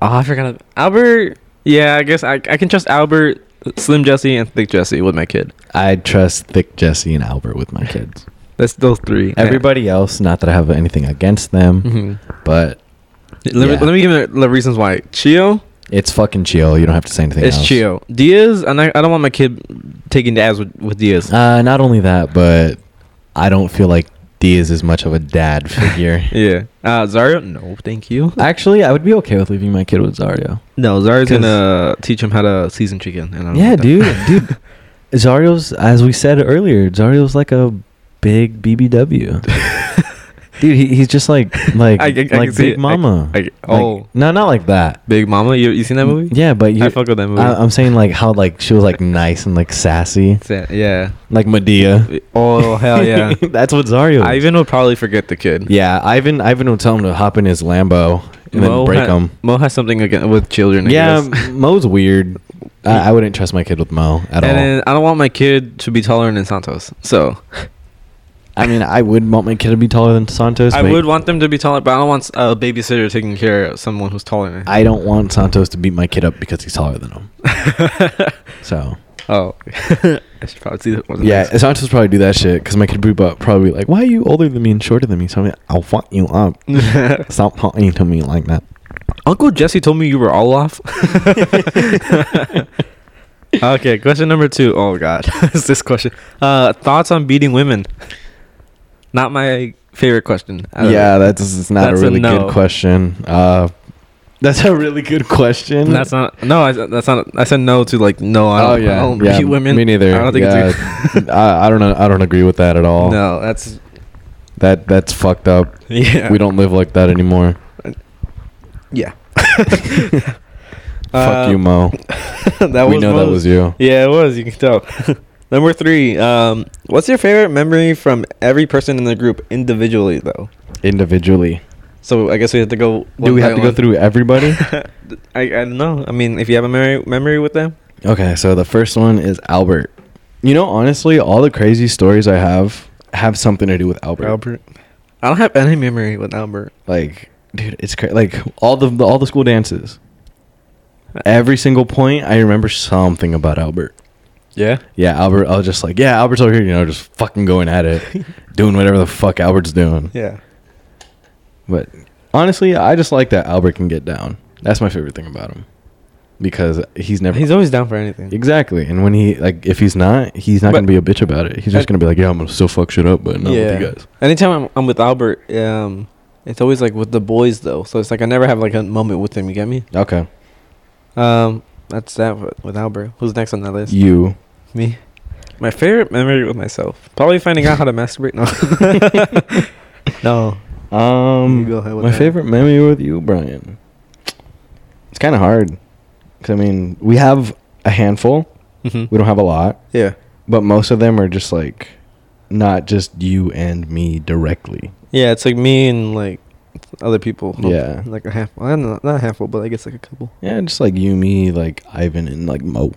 B: Oh, I forgot. Albert. Yeah, I guess I I can trust Albert, Slim Jesse, and Thick Jesse with my kid.
A: I trust Thick Jesse and Albert with my kids.
B: That's those three.
A: Everybody else, not that I have anything against them,
B: hmm
A: but
B: Let, me,
A: Mm-hmm. Yeah.
B: let me give you the reasons why. Chio,
A: it's fucking chill. You don't have to say anything
B: it's
A: else.
B: Chio. Diaz, and I, I don't want my kid taking dads with, with Diaz.
A: Uh, not only that, but I don't feel like Diaz is much of a dad figure.
B: yeah. Uh, Zario, no, thank you.
A: Actually, I would be okay with leaving my kid with Zario.
B: No, Zario's
A: 'Cause-
B: gonna teach him how to season chicken. And I don't
A: Yeah,
B: want that.
A: dude, dude. Zario's, as we said earlier, Zario's like a big BBW. dude, he, he's just like like
B: I- I- I can
A: like
B: see
A: Big
B: it. I-
A: Mama.
B: I-
A: Like-
B: oh,
A: no, not like that.
B: Big Mama, you you seen that movie?
A: Yeah, but you.
B: I fuck with that movie.
A: I, I'm saying like how like she was like nice and like sassy,
B: Sa- uh, yeah.
A: like Medea.
B: Oh hell yeah.
A: That's what Zario. is.
B: Ivan would probably forget the kid.
A: Yeah, Ivan. Ivan would tell him to hop in his Lambo and then break
B: ha-
A: him.
B: Mo has something again with children. I
A: Yeah,
B: guess.
A: Mo's weird. I, I wouldn't trust my kid with Mo at
B: and
A: all.
B: then I don't want my kid to be taller than Santos. So
A: I mean, I would want my kid to be taller than Santos.
B: I
A: but
B: would want them to be taller, but I don't want a babysitter taking care of someone who's taller than.
A: I don't want Santos to beat my kid up because he's taller than him. so
B: oh, I should probably see that.
A: yeah, Santos would probably do that shit because my kid would be bu- probably be like, "Why are you older than me and shorter than me?" So I'm like, "I'll fuck you up. Stop talking to me like that."
B: Uncle Jesse told me you were all off. okay, question number two. Oh God, it's this question. Uh, thoughts on beating women? Not my favorite question. I don't
A: Yeah,
B: know.
A: that's it's not
B: That's
A: a
B: a
A: really
B: no.
A: good question. Uh, that's a really good question.
B: that's not. No, I, that's not. I said no to like no. I don't, I don't beat women.
A: Oh, Me neither.
B: I don't think
A: yeah,
B: it's
A: I, I don't know. I don't agree with that at all.
B: No, that's
A: That that's fucked up.
B: yeah.
A: We don't live like that anymore.
B: Yeah.
A: Fuck you, Mo.
B: Uh, that
A: we
B: was
A: know that
B: Mo's.
A: was you.
B: Yeah, it was. You can tell. Number three. Um, what's your favorite memory from every person in the group individually, though?
A: Individually,
B: So I guess we have to go.
A: do we have to go through everybody?
B: through? I, I don't know. I mean, if you have a memory memory with them.
A: okay, so the first one is Albert. You know, honestly, all the crazy stories I have have something to do with Albert.
B: I don't have any memory with Albert.
A: like dude it's cra- like all the, the all the school dances every single point i remember something about albert
C: Yeah.
A: yeah albert i was just like yeah albert's over here you know just fucking going at it doing whatever the fuck albert's doing
B: Yeah.
A: but honestly i just like that albert can get down that's my favorite thing about him because he's never
B: He's always down for anything.
A: exactly and when he like if he's not he's not
B: But-
A: gonna be a bitch about it he's just gonna be like yeah i'm gonna still fuck shit up but not with you guys
B: Anytime I'm, I'm with Albert, um, it's always like with the boys though. So it's like I never have like a moment with him. You get me?
A: okay
B: Um, that's that wi- with Albert. Who's next on that list?
A: you
B: Me. My favorite memory with myself. Probably finding out how to masturbate. No. no.
A: Um,
B: You go ahead with
A: my
B: that.
A: favorite memory with you, Brian. It's kind of hard. 'Cause, I mean, we have a handful.
B: Mm-hmm.
A: We don't have a lot,
B: Yeah.
A: but most of them are just like not just you and me directly.
B: Yeah, it's like me and like other people.
A: Yeah.
B: Like a half. Well, not, not a half, but I guess like a couple.
A: Yeah, just like you, me, like Ivan, and like Mo.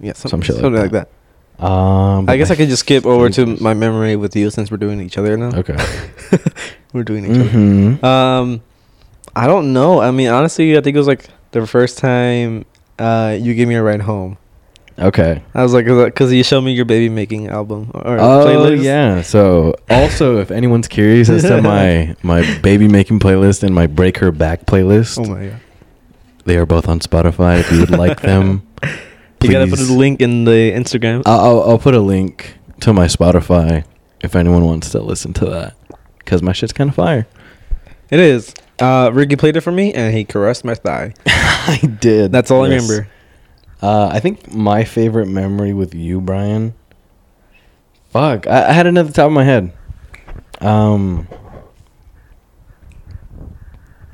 B: Yeah, some,
A: Some shit like
B: something like,
A: that.
B: that.
A: Um,
B: I guess I could just skip over to
A: favorite-
B: my memory with you since we're doing each other now.
A: Okay.
B: We're doing each
A: hmm
B: other. Um, I don't know. I mean, honestly, I think it was like the first time uh you gave me a ride home.
A: Okay.
B: I was like, because you showed me your baby making album or
A: oh
B: playlist.
A: yeah. So also, if anyone's curious as to my my baby making playlist and my break her back playlist,
B: Oh my god.
A: they are both on Spotify. If you would like them,
B: You gotta put
A: please. Uh,
B: a link in the Instagram.
A: I'll, I'll I'll put a link to my Spotify if anyone wants to listen to that because my shit's kind of fire.
B: It is. Uh, Ricky played it for me, and he caressed my thigh.
A: I did.
B: That's all I
A: Yes.
B: remember.
A: Uh, I think my favorite memory with you, Brian. Fuck, I, I had another top of my head. Um,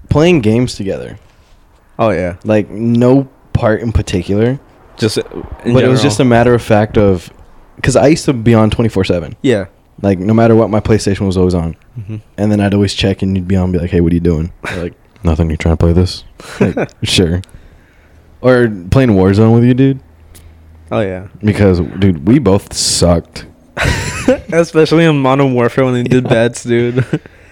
A: playing games together,
B: Oh yeah,
A: like no part in particular,
B: just uh, in
A: but it was
B: general.
A: just a matter of fact of, because I used to be on twenty four seven,
B: yeah.
A: like no matter what, my PlayStation was always on, and then I'd always check, and you'd be on, and be like, hey, what are you doing? I'd be like nothing. You trying to play this? Like, sure. Or playing Warzone with you, dude.
B: Oh yeah,
A: Because dude, we both sucked.
B: especially in Modern Warfare when they did
A: Yeah.
B: bets, dude.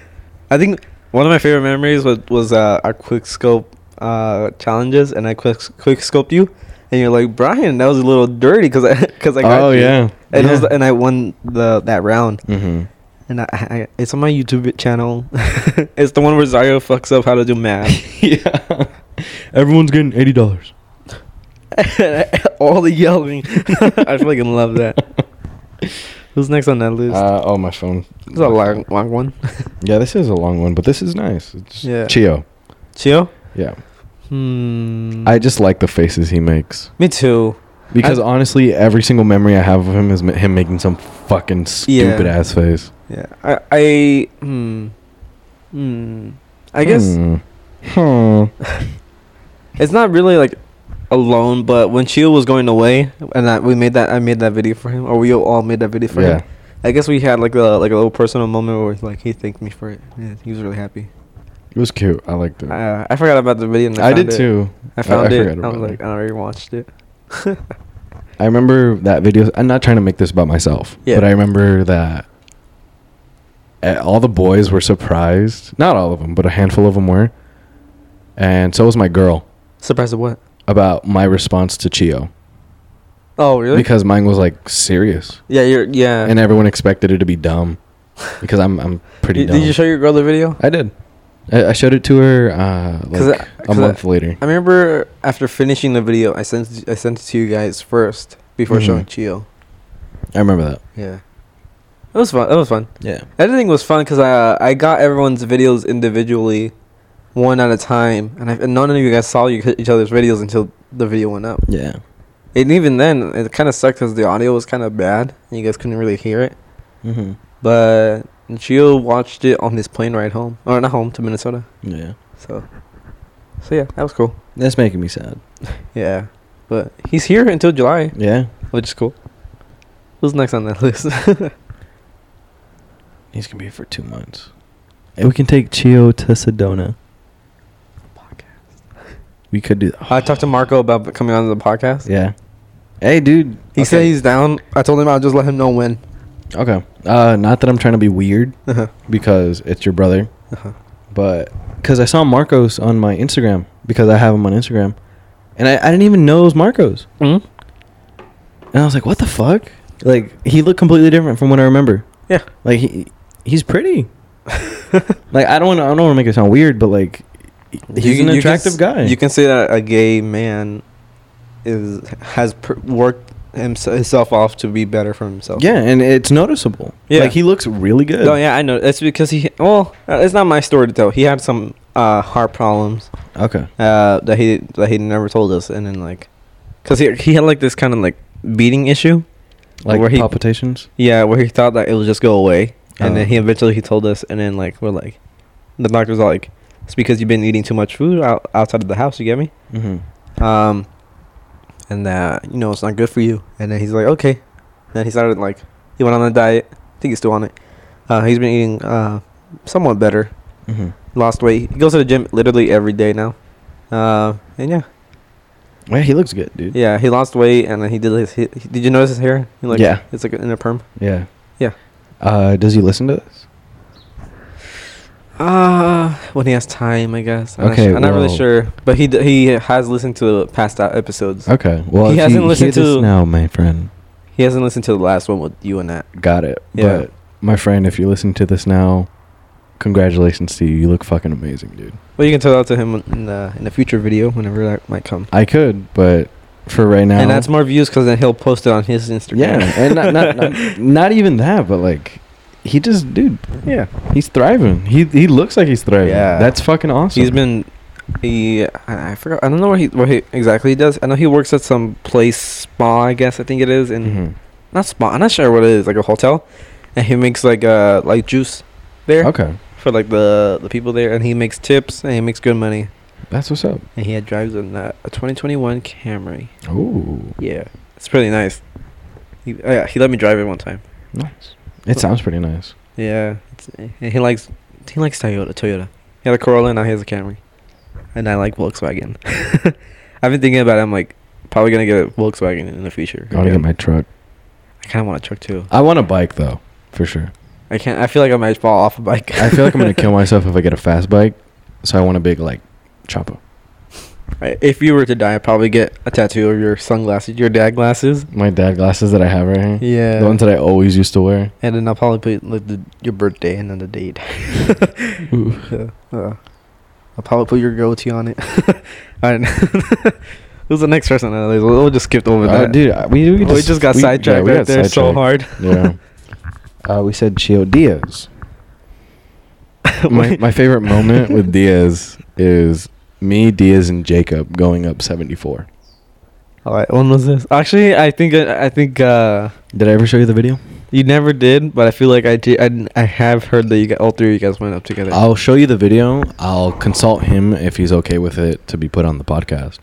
B: I think one of my favorite memories was was uh, our quick scope uh, challenges, and I quick quick scoped you, and you're like Brian, that was a little dirty because I because I got
A: oh
B: you."
A: yeah.
B: and it was and I won the that round,
A: mm-hmm.
B: and I, I it's on my YouTube channel. it's the one where Zario fucks up how to do math.
A: yeah. Everyone's getting eighty dollars.
B: All the yelling.
A: Mm-hmm.
B: I fucking love that. Who's next on that list?
A: Uh, oh, my phone.
B: it's a long, long one.
A: Yeah, this is a long one, but this is nice. It's
B: Yeah. Mm-hmm.
A: Chio.
B: Chio?
A: Yeah,
B: Hmm.
A: I just like the faces he makes
B: Me too.
A: because
B: I-
A: honestly, every single memory I have of him is ma- him making some fucking stupid ass face.
B: Yeah. I. I. Hmm. Hmm. I guess
A: Hmm. Hmm.
B: it's not really like alone, but when Chio was going away, and I, we made that, I made that video for him, or we all made that video for
A: Yeah.
B: him. I guess we had like a like a little personal moment where like he thanked me for it. Yeah, he was really happy.
A: It was cute. I liked it. I,
B: Uh, I forgot about the video. And
A: did
B: found it.
A: too.
B: I found
A: I
B: it.
A: forgot
B: I was
A: about
B: like,
A: it.
B: I already watched it.
A: I remember that video. I'm not trying to make this about myself,
B: Yeah.
A: but I remember that uh, all the boys were surprised. Not all of them, but a handful of them were. And so was my girl
B: Surprised at what?
A: about my response to Chio
B: Oh, really?
A: because mine was like serious,
B: yeah, you're. Yeah.
A: and everyone expected it to be dumb because I'm I'm pretty
B: Y-
A: dumb.
B: did you show your girl the video?
A: I did. I, I showed it to her uh,
B: 'Cause
A: like
B: I-
A: a
B: 'cause I-
A: month later.
B: I remember after finishing the video, I sent I sent it to you guys first before
A: Mhm.
B: showing Chio.
A: I remember that.
B: Yeah. It was fun. It was fun.
A: Yeah.
B: Editing was fun because I uh, I got everyone's videos individually, one at a time, and, I, and none of you guys saw you, each other's videos until the video went up.
A: Yeah.
B: And even then, it kind of sucked because the audio was kind of bad and you guys couldn't really hear it.
A: Mm-hmm.
B: But Chio watched it on his plane ride home, or not home to Minnesota.
A: Yeah.
B: So, so yeah, that was cool.
A: That's making me sad.
B: Yeah, but he's here until July,
A: Yeah.
B: which is cool. Who's next on that list?
A: He's gonna be here for two months. And we can take Chio to Sedona. We could do that.
B: I talked to Marco about coming on the podcast.
A: Yeah. Hey, dude.
B: He said
A: Okay.
B: he's down. I told him I'll just let him know when.
A: okay. Uh, not that I'm trying to be weird
B: Uh-huh.
A: because it's your brother,
B: Uh-huh.
A: but because I saw Marcos on my Instagram because I have him on Instagram, and I, I didn't even know it was Marcos,
B: Mm?
A: and I was like, what the fuck? Like he looked completely different from what I remember.
B: Yeah.
A: Like he he's pretty. like I don't want I don't want to make it sound weird, but like he's
B: You-
A: an
B: you can
A: attractive
B: s-
A: guy.
B: You can say that a gay man is has pr- worked himse- himself off to be better for himself.
A: Yeah, and it's noticeable.
B: Yeah.
A: Like he looks really good.
B: No, yeah, I know. It's because he. Well, uh, it's not my story to tell. He had some uh, heart problems
A: Okay.
B: uh, that he that he never told us, and then like, cause he he had like this kind of like beating issue.
A: Like
B: Where he-
A: palpitations.
B: Yeah, where he thought that it would just go away, and
A: Uh.
B: then he eventually he told us, and then like we're like, the doctor's all like, it's because you've been eating too much food out, outside of the house. You get me?
A: Mm-hmm.
B: Um, and that you know it's not good for you. And then he's like, okay. Then he started like he went on a diet. I think he's still on it. Uh, he's been eating uh somewhat better.
A: Mm-hmm.
B: Lost weight. He goes to the gym literally every day now. Uh, and yeah,
A: Yeah, he looks good, dude.
B: yeah, he lost weight and then he did his. He, did you notice his hair? He, like,
A: Yeah.
B: it's like in a perm.
A: Yeah.
B: Yeah.
A: Uh, does he listen to this?
B: Uh, when he has time, I guess. I'm not
A: Okay,
B: sure- I'm not really
A: well-
B: sure, but he d- he has listened to past uh, episodes.
A: Okay. Well,
B: He
A: if
B: hasn't
A: you
B: listened
A: hear this
B: to-
A: now, my friend.
B: He hasn't listened to the last one with you and that.
A: Got it.
B: Yeah.
A: But my friend, if you listen to this now, congratulations to you. You look fucking amazing, dude.
B: Well, you can tell that to him in the in the future video whenever that might come.
A: I could, but for right now,
B: And that's more views because then he'll post it on his Instagram.
A: yeah, and not, not not not even that, but like he just, dude,
B: yeah.
A: he's thriving. He he looks like he's thriving.
B: Yeah.
A: that's fucking awesome.
B: He's been he I I forgot I don't know where he what he exactly does. I know he works at some place spa I guess I think it is in
A: Mhm.
B: not spa I'm not sure what it is like a hotel, and he makes like uh like juice there
A: okay.
B: for like the the people there, and he makes tips and he makes good money,
A: That's what's up.
B: and he had drives in uh, a 2021 Camry.
A: Oh,
B: Yeah, it's pretty nice. He uh, he let me drive it one time.
A: nice. It sounds pretty nice.
B: Yeah, it's, and he likes he likes Toyota. Toyota. He had a Corolla, and now he has a Camry, and I like Volkswagen. I've been thinking about. it. I'm like probably gonna get a Volkswagen in the future.
A: I want to
B: again.
A: get my truck.
B: I kind of want a truck too.
A: I want a bike though, for sure.
B: I can't. I feel like I might fall off a bike.
A: I feel like I'm gonna kill myself if I get a fast bike, so I want a big like chopper.
B: Right, if you were to die, I'd probably get a tattoo of your sunglasses, your dad glasses.
A: My dad glasses that I have right here,
B: Yeah.
A: the ones that I always used to wear.
B: and then I'll probably put like the, your birthday and then the date. Yeah, uh, I'll probably put your goatee on it. I don't know. Who's the next person? Uh, We'll we'll just skip over
A: Uh,
B: that. Oh,
A: dude, I- we, we
B: we
A: just,
B: just, got
A: we- yeah,
B: sidetracked
A: we
B: right
A: got
B: there so
A: sidetracked.
B: hard.
A: Yeah. Uh, we said Chio Diaz. My,
B: Wait.
A: my favorite moment with Diaz is me, Diaz, and Jacob going up 74.
B: All right, when was this? Actually, I think I, I think uh,
A: Did I ever show you the video?
B: you never did, but I feel like I did. I, I have heard that you got all three of you guys went up together.
A: I'll show you the video. I'll consult him if he's okay with it to be put on the podcast.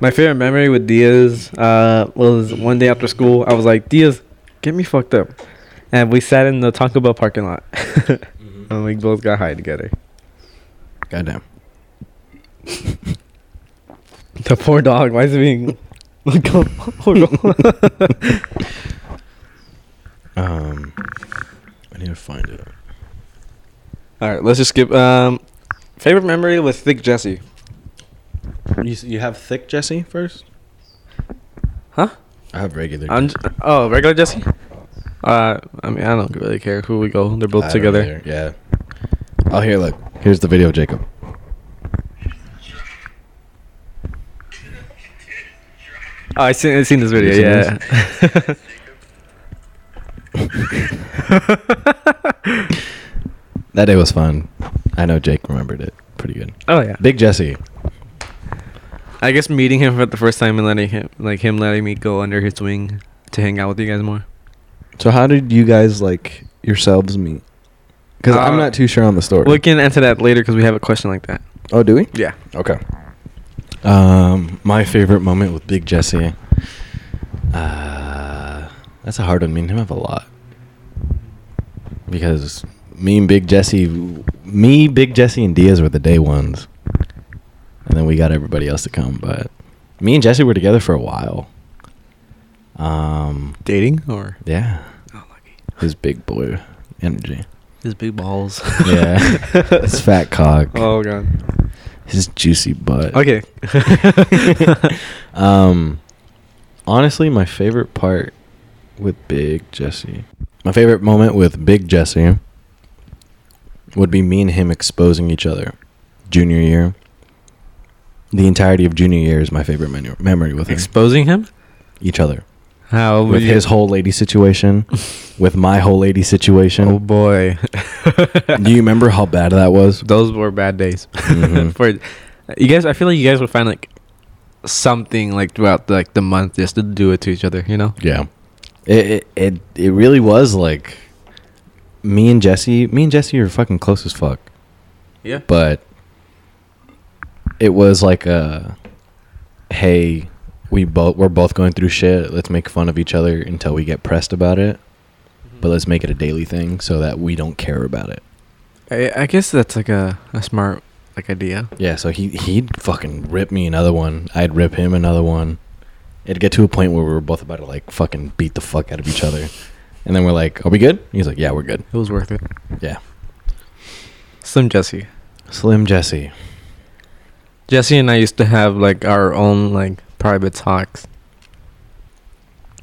B: My favorite memory with Diaz uh, was one day after school. I was like, Diaz, get me fucked up, and we sat in the Taco Bell parking lot, and we both got high together.
A: Goddamn.
B: The poor dog. Why is it being? Look up. Poor dog.
A: Um, I need to find it.
B: All right, let's just skip. Um, favorite memory was Thick Jesse.
A: You, you have thick Jesse first?
B: Huh?
A: I have regular.
B: I'm j- oh regular Jesse. Uh, I mean I don't really care who we go. They're both together.
A: Yeah. Oh, here, look. Here's the video, Jacob.
B: Oh, I seen I seen this video.
A: You seen
B: yeah.
A: That day was fun. I know Jake remembered it pretty good.
B: oh yeah.
A: Big Jesse.
B: I guess meeting him for the first time and letting him like him letting me go under his wing to hang out with you guys more.
A: So how did you guys like yourselves meet? Because I'm
B: Uh,
A: not too sure on the story.
B: We can answer that later because we have a question like that.
A: oh, do we?
B: Yeah.
A: Okay. Um, my favorite moment with Big Jesse. Uh, that's a hard one. Me and him have a lot because me and Big Jesse, me, Big Jesse, and Diaz were the day ones, and then we got everybody else to come. But me and Jesse were together for a while. Um,
B: Dating or
A: yeah,
B: oh, lucky.
A: his big boy energy.
B: his big balls.
A: Yeah, his fat cock,
B: oh god.
A: his juicy butt.
B: Okay.
A: Um, honestly, my favorite part with Big Jesse, my favorite moment with Big Jesse would be me and him exposing each other. Junior year, the entirety of junior year is my favorite menu- memory with him.
B: Exposing him?
A: each other
B: How
A: with his whole lady situation, with my whole lady
B: Oh
A: situation.
B: boy. Oh.
A: Do you remember how bad that was?
B: Those were bad days.
A: Mhm.
B: For you guys I feel like you guys would find like something like throughout like the month just to do it to each other, you know?
A: Yeah. It it it, it really was like me and Jesse. Me and Jesse are fucking close as fuck.
B: Yeah.
A: But it was like a hey, we both we're both going through shit. Let's make fun of each other until we get pressed about it. But let's make it a daily thing so that we don't care about it.
B: I, I guess that's like a, a smart like idea.
A: Yeah, so he he'd fucking rip me another one. I'd rip him another one. It'd get to a point where we were both about to like fucking beat the fuck out of each other. And then we're like, "Are we good?" He's like, "Yeah, we're good."
B: It was worth it.
A: Yeah.
B: Slim Jesse.
A: Slim Jesse.
B: Jesse and I used to have like our own like private talks.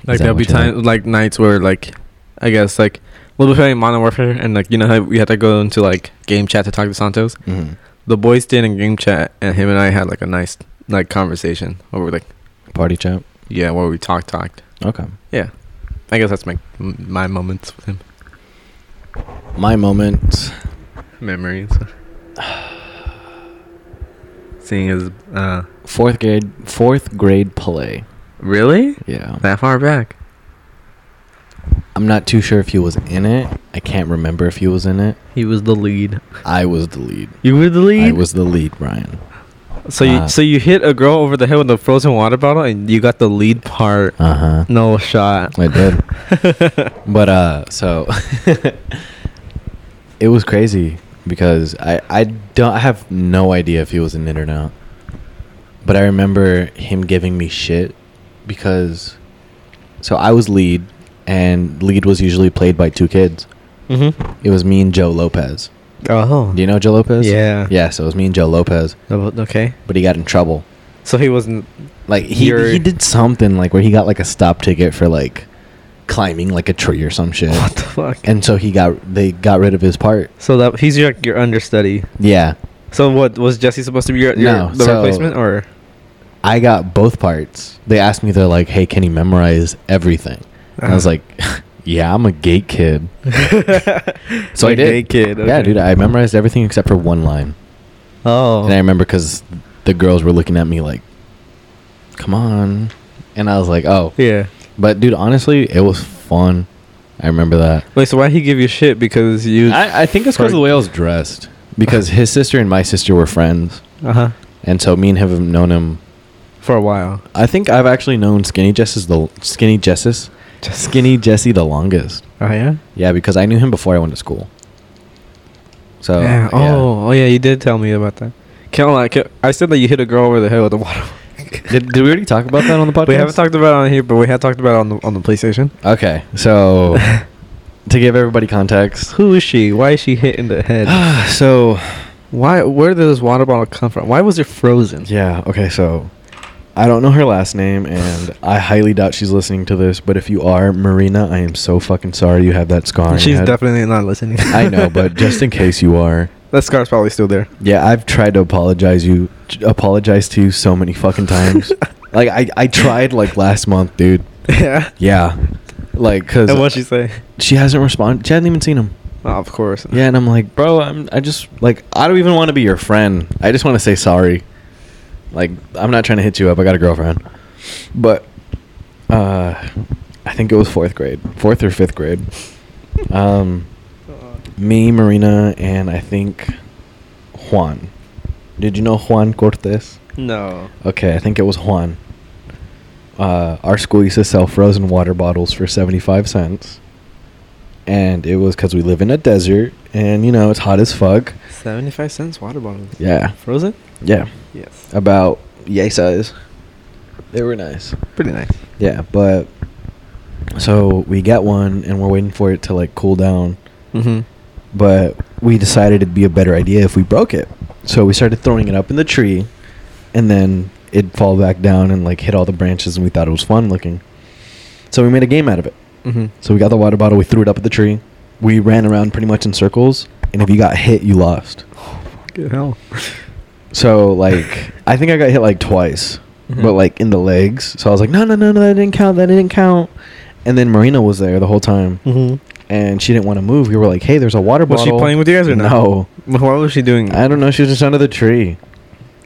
B: Like
A: that
B: there'll be
A: what you
B: times like nights where like I guess like we'll be playing Modern Warfare and like you know how we had to go into like game chat to talk to Santos.
A: Mm-hmm.
B: The boys stayed in game chat and him and I had like a nice like conversation where we're like
A: Party chat.
B: yeah where we talk talked.
A: Okay.
B: I guess that's my m- my moments with him
A: My moment.
B: memories. Seeing his uh
A: Fourth grade. Fourth grade play.
B: really
A: Yeah.
B: that far back.
A: I'm not too sure if he was in it. I can't remember if he was in it.
B: He was the lead.
A: I was the lead.
B: You were the lead.
A: I was the lead, Brian.
B: So you
A: Uh,
B: so you hit a girl over the head with a frozen water bottle and you got the lead part.
A: Uh huh.
B: No shot. Mm-hmm.
A: I did. but uh so it was crazy because I I don't I have no idea if he was an it or not. But I remember him giving me shit because so I was lead and lead was usually played by two kids.
B: Mm-hmm.
A: It was me and Joe Lopez.
B: Oh.
A: Do you know Joe Lopez?
B: Yeah.
A: Yeah, so it was me and Joe Lopez,
B: Oh, Okay.
A: but he got in trouble.
B: So he wasn't.
A: Like he
B: You're-
A: he did something like where he got like a stop ticket for like climbing like a tree or some shit.
B: What the fuck?
A: and so he got they got rid of his part.
B: so that he's your your understudy.
A: Yeah,
B: So what was Jesse supposed to be your, your
A: No,
B: the
A: so-
B: replacement or?
A: I got both parts. They asked me, they're like, "Hey, can you memorize everything?" And I was
B: Uh-huh.
A: like, "Yeah, I'm a gate kid." So I did.
B: Like gay kid.
A: Yeah,
B: okay.
A: dude, I memorized everything except for one line,
B: oh.
A: and I remember because the girls were looking at me like, "Come on," and I was like, "Oh."
B: yeah.
A: But dude, honestly, it was fun. I remember that.
B: Wait. So why he give you shit because you?
A: I, I think it's because of the way I was dressed. Because his sister and my sister were friends,
B: uh huh.
A: and so me and him have known him
B: For a while.
A: I think I've actually known Skinny Jess is the Skinny Jesses, Skinny Jesse the longest.
B: Oh yeah.
A: Yeah, because I knew him before I went to school. So
B: yeah. Oh. Oh yeah. You did tell me about that. Can't lie. can I said that you hit a girl over the head with a water.
A: Did, did we already talk about that on the podcast?
B: We haven't talked about it on here, but we had talked about it on the on the PlayStation.
A: Okay, so to give everybody context,
B: Who is she? Why is she hitting the head?
A: so
B: Why? Where did this water bottle come from? Why was it frozen?
A: yeah, okay, so I don't know her last name, and I highly doubt she's listening to this. But if you are Marina, I am so fucking sorry you have that scar. on your
B: She's
A: head.
B: definitely not listening.
A: I know, but just in case you are.
B: that scar's probably still there.
A: Yeah, I've tried to apologize you apologize to you so many fucking times. like I I tried like last month, dude.
B: yeah.
A: Yeah. Like cuz
B: And what'd she say?
A: she hasn't responded. She hadn't even seen him.
B: Oh, of course.
A: Yeah, and I'm like, "Bro, I'm I just like I don't even want to be your friend. I just want to say sorry." Like I'm not trying to hit you up. I got a girlfriend. But uh I think it was 4th grade. 4th or 5th grade. Um me, Marina, and I think Juan. Did you know Juan Cortez?
B: No.
A: Okay, I think it was Juan. Uh, our school used to sell frozen water bottles for 75 cents. And it was because we live in a desert and, you know, it's hot as fuck.
B: Seventy-five cents water bottles.
A: Yeah.
B: Frozen?
A: Yeah.
B: Yes.
A: About yay size. They were nice.
B: Pretty nice.
A: Yeah, but. So we get one and we're waiting for it to, like, cool down.
B: Mm-hmm.
A: but we decided it'd be a better idea if we broke it. So we started throwing it up in the tree, and then it'd fall back down and like hit all the branches, and we thought it was fun looking. So we made a game out of it.
B: Mm-hmm.
A: So we got the water bottle, we threw it up at the tree, we ran around pretty much in circles, and if you got hit, you lost.
B: Good hell.
A: So like, I think I got hit like twice,
B: Mhm.
A: but like in the legs. So I was like, no, no, no, no, that didn't count, that didn't count. And then Marina was there the whole time,
B: Mm-hmm.
A: and she didn't want to move. We were like, hey, there's a water
B: Was
A: bottle.
B: she playing with you guys or not?
A: No.
B: Wh- Why was she doing?
A: I don't know. She was just under the tree,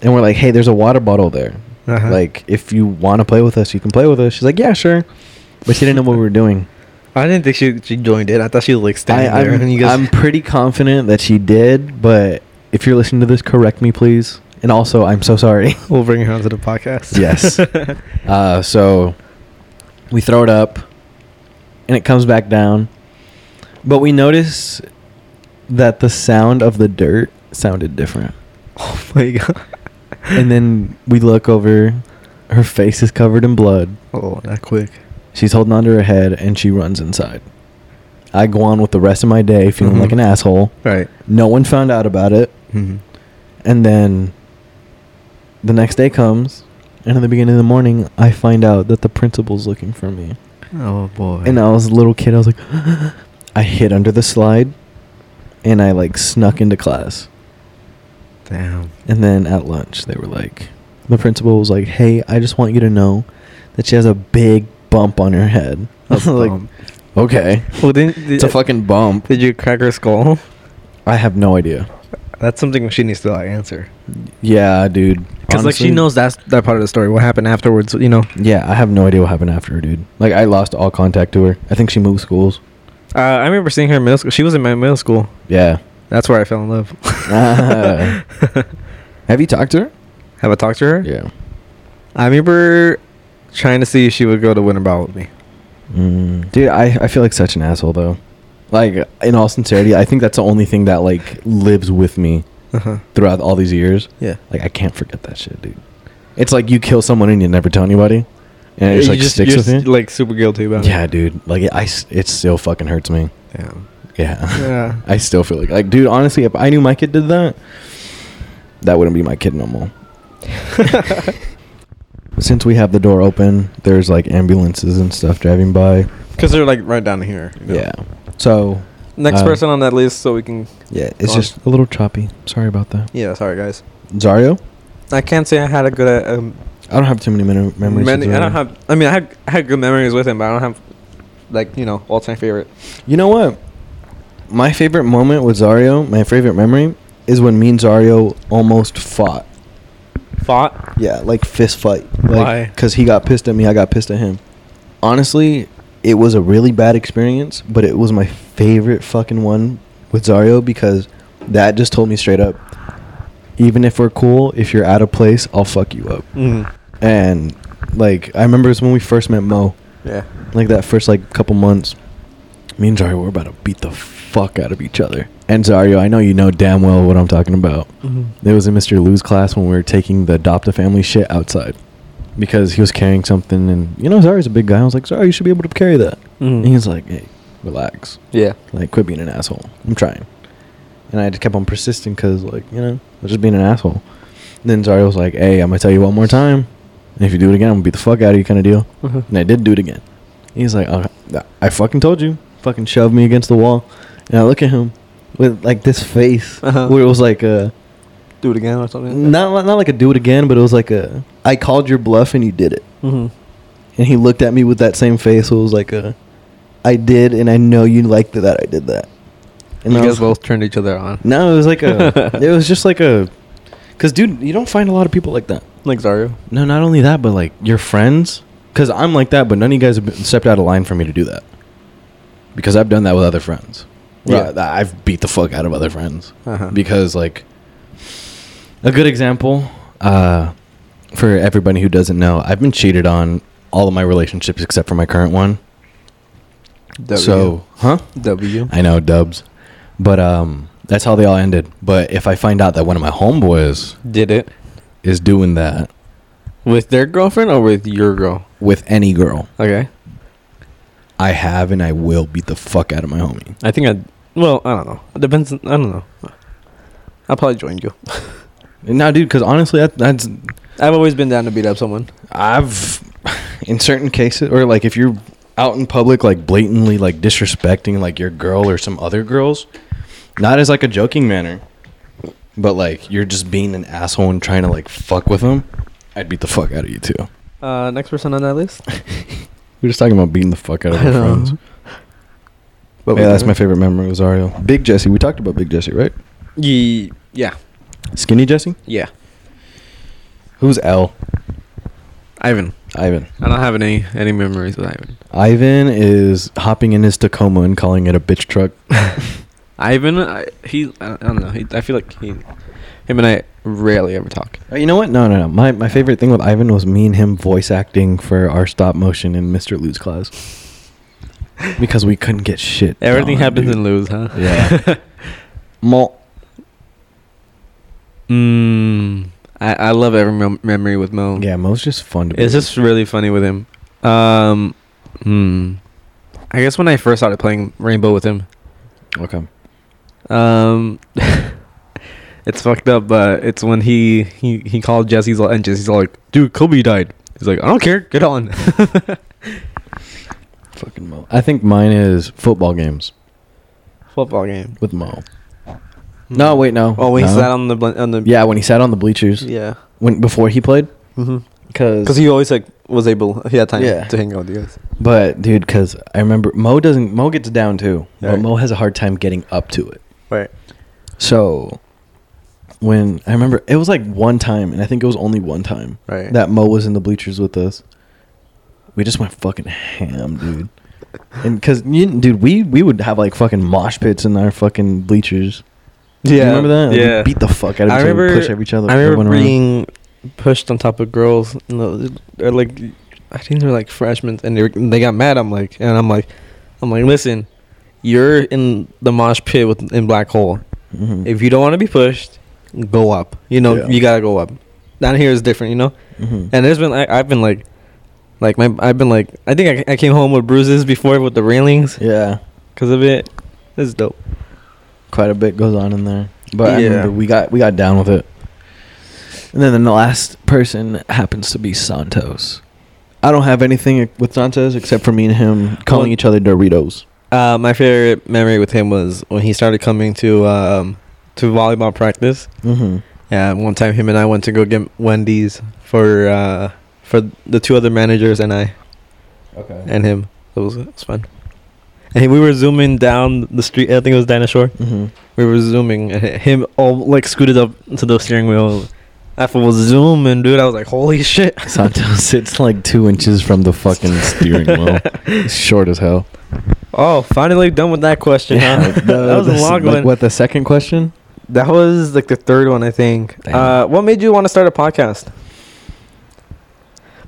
A: and we're like, "Hey, there's a water bottle there.
B: Uh-huh.
A: Like, if you want to play with us, you can play with us." She's like, "Yeah, sure," but she didn't know what we were doing.
B: I didn't think she she joined it. I thought she was like
A: I,
B: standing there.
A: I'm,
B: and you guys-
A: I'm pretty confident that she did, but if you're listening to this, correct me, please. And also, I'm so sorry.
B: We'll bring her onto the podcast.
A: Yes. Uh, so we throw it up, and it comes back down, but we notice that the sound of the dirt sounded different.
B: oh my god.
A: and then we look over. Her face is covered in blood.
B: Oh, that quick.
A: She's holding onto her head and she runs inside. I go on with the rest of my day feeling
B: Mhm.
A: like an asshole.
B: Right.
A: No one found out about it.
B: Mm-hmm.
A: And then the next day comes, and in the beginning of the morning, I find out that the principal's looking for me.
B: Oh boy.
A: And I was a little kid. I was like, I hid under the slide, and I like snuck into class.
B: Damn.
A: And then at lunch, they were like, the principal was like, "Hey, I just want you to know that she has a big bump on her head." I was like,
B: Um,
A: "Okay,
B: well, didn't, did,
A: it's a fucking bump."
B: Did you crack her skull?
A: I have no idea.
B: That's something she needs to like, answer.
A: Yeah, dude.
B: Because like she
A: Honestly,
B: knows that's that part of the story. What happened afterwards? You know.
A: Yeah, I have no idea what happened after her, dude. Like I lost all contact to her. I think she moved schools.
B: Uh, I remember seeing her in middle school. She was in my middle school.
A: Yeah.
B: That's where I fell in love.
A: Ah. have you talked to her?
B: Have I talked to her?
A: Yeah.
B: I remember trying to see if she would go to Winter Ball with me.
A: Mm. Dude, I, I feel like such an asshole though. Like in all sincerity, I think that's the only thing that like lives with me
B: Uh-huh.
A: throughout all these years.
B: Yeah.
A: Like I can't forget that shit, dude. It's like you kill someone and you never tell anybody, and it just
B: You
A: like sticks
B: you're
A: with you.
B: s- Like super guilty about
A: yeah,
B: it.
A: dude. Like it, I, s- it still fucking hurts me.
B: Yeah.
A: Yeah.
B: Yeah.
A: I still feel like like dude. Honestly, if I knew my kid did that, that wouldn't be my kid no more. Since we have the door open, there's like ambulances and stuff driving by.
B: Because they're like right down here. you know.
A: Yeah. So
B: Next
A: Uh,
B: person on that list, so we can.
A: yeah, it's
B: Go on.
A: just a little choppy. Sorry about that.
B: Yeah. Sorry, guys.
A: Zario,
B: I can't say I had a good. uh, Um,
A: I don't have too many men- memories. of
B: many- I don't
A: Zario.
B: have. I mean, I had I had good memories with him, but I don't have like you know all time favorite.
A: You know what? My favorite moment with Zario, my favorite memory, is when me and Zario almost fought.
B: Fought.
A: Yeah, like fist fight.
C: Why?
A: Like, Because he got pissed at me, I got pissed at him. Honestly, it was a really bad experience, but it was my favorite fucking one with Zario because that just told me straight up, even if we're cool, if you're out of place, I'll fuck you up.
B: Mm.
A: And like, I remember it's when we first met Mo,
B: Yeah.
A: like that first like couple months. Me and Zario were about to beat the fuck out of each other. And Zario, I know you know damn well what I'm talking about.
B: Mm-hmm.
A: It was in Mr. Lou's class when we were taking the adopt a family shit outside because he was carrying something, and you know Zario's a big guy. I was like, Zario, you should be able to carry that. And he was like, Hey, relax,
B: Yeah.
A: like quit being an asshole. I'm trying, and I just kept on persisting because like you know I was just being an asshole. And then Zario was like, Hey, I'm gonna tell you one more time, and if you do it again, I'm gonna beat the fuck out of you, kind of deal. And I did do it again. He's like, "Uh, I fucking told you. Fucking shoved me against the wall. And I look at him with like this face
B: Uh-huh.
A: where it was like a
B: Do it again or something.
A: not not like a do it again, but it was like a I called your bluff and you did it.
B: Mm-hmm.
A: And he looked at me with that same face. So it was like a I did, and I know you liked that I did that.
B: And
A: I
B: you
A: was-
B: guys both turned each other on.
A: No, it was like a it was just like a because dude, you don't find a lot of people like that.
B: Like Zario.
A: No, not only that, but like your friends. Because I'm like that, but none of you guys have been stepped out of line for me to do that. Because I've done that with other friends.
B: Yeah.
A: Yeah. I, have beat the fuck out of other friends.
B: Uh-huh.
A: Because, like, a good example uh, for everybody who doesn't know, I've been cheated on all of my relationships except for my current one. So, huh?
B: W.
A: I know, dubs. But um, that's how they all ended. But if I find out that one of my homeboys
B: Did it
A: is doing that
B: with their girlfriend or with your girl?
A: with any girl,
B: Okay.
A: I have and I will beat the fuck out of my homie.
B: I think I. Well, I don't know. It depends. on- I don't know. I'll probably join you.
A: No, dude, because honestly, that, that's
B: I've always been down to beat up someone.
A: I've in certain cases, or like if you're out in public, like blatantly like disrespecting like your girl or some other girls, not as like a joking manner, but like you're just being an asshole and trying to like fuck with them. I'd beat the fuck out of you too.
B: Uh, next person on that list.
A: We're just talking about beating the fuck out of our friends.
B: But
A: yeah, that's my favorite memory was Ariel. Big Jesse. We talked about Big Jesse, right?
B: Ye- yeah.
A: Skinny Jesse.
B: Yeah.
A: Who's L?
B: Ivan.
A: Ivan.
B: I don't have any any memories with Ivan.
A: Ivan is hopping in his Tacoma and calling it a bitch truck.
B: Ivan, I, he, I don't know. He, I feel like he, him and I rarely ever talk.
A: Uh, You know what? No, no, no. My my favorite thing with Ivan was me and him voice acting for our stop motion in Mr. Lou's class because we couldn't get shit.
B: Everything
A: done,
B: happens
A: dude.
B: in Lose, huh?
A: yeah. Mol-
B: Mm, I, I love every mem- memory with Mo.
A: yeah, Mo's just fun to. be
B: It's
A: with.
B: just really funny with him. Um, hmm. I guess when I first started playing Rainbow with him,
A: Okay.
B: um, it's fucked up. But it's when he he he called Jesse's all and Jesse's all like, "Dude, Kobe died." He's like, "I don't care. Get on."
A: Fucking Mo. I think mine is football games
B: Football game.
A: with Mo. No, wait, no.
B: Oh, when
A: no.
B: he sat on the bl- on the
A: Yeah, when he sat on the bleachers.
B: yeah.
A: When before he played,
B: Mm-hmm.
A: because
B: Because he always like was able he had time
A: Yeah.
B: to hang out with you guys.
A: But dude, because I remember Mo doesn't Mo gets down too, but
B: Right.
A: Mo has a hard time getting up to it.
B: Right.
A: So when I remember it was like one time, and I think it was only one time
B: Right.
A: that Mo was in the bleachers with us. We just went fucking ham, dude. And because dude, we we would have like fucking mosh pits in our fucking bleachers. Do you remember that? Like, we'd
B: Yeah.
A: beat the fuck out of each
B: I
A: other,
B: remember.
A: push every each other.
B: I remember
A: everyone around.
B: being pushed on top of girls. And the, they're like, I think they're like freshmen, and they were- they got mad. I'm like, and I'm like, I'm like, listen, you're in the mosh pit with in black hole.
A: Mhm.
B: If you don't want to be pushed, go up. You know,
A: Yeah.
B: you gotta go up. Down here is different, you know.
A: Mhm.
B: And there's been I, I've been like, like my I've been like I think I, I came home with bruises before with the railings
A: yeah.
B: because of it. It's dope.
A: quite a bit goes on in there. But I
B: Yeah.
A: remember we got we got down with it. And then the last person happens to be Santos. I don't have anything with Santos except for me and him calling
B: Well-
A: each other Doritos.
B: Uh, my favorite memory with him was when he started coming to um, to volleyball practice.
A: Mm-hmm.
B: Yeah, one time him and I went to go get Wendy's for uh, for the two other managers and I
A: Okay.
B: and him. It was, it was fun. And we were zooming down the street. I think it was Dinosaur.
A: hmm
B: We were zooming, and him all like scooted up to the steering wheel. I was zooming, dude. I was like, "Holy shit!"
A: Santos sits like two inches from the fucking steering wheel. He's short as hell.
B: Oh, finally done with that question, huh?
A: the-
B: that was
A: the
B: a
A: s-
B: long
A: like,
B: one.
A: What the second question?
B: That was like the third one, I think.
A: Damn.
B: Uh, what made you want to start a podcast?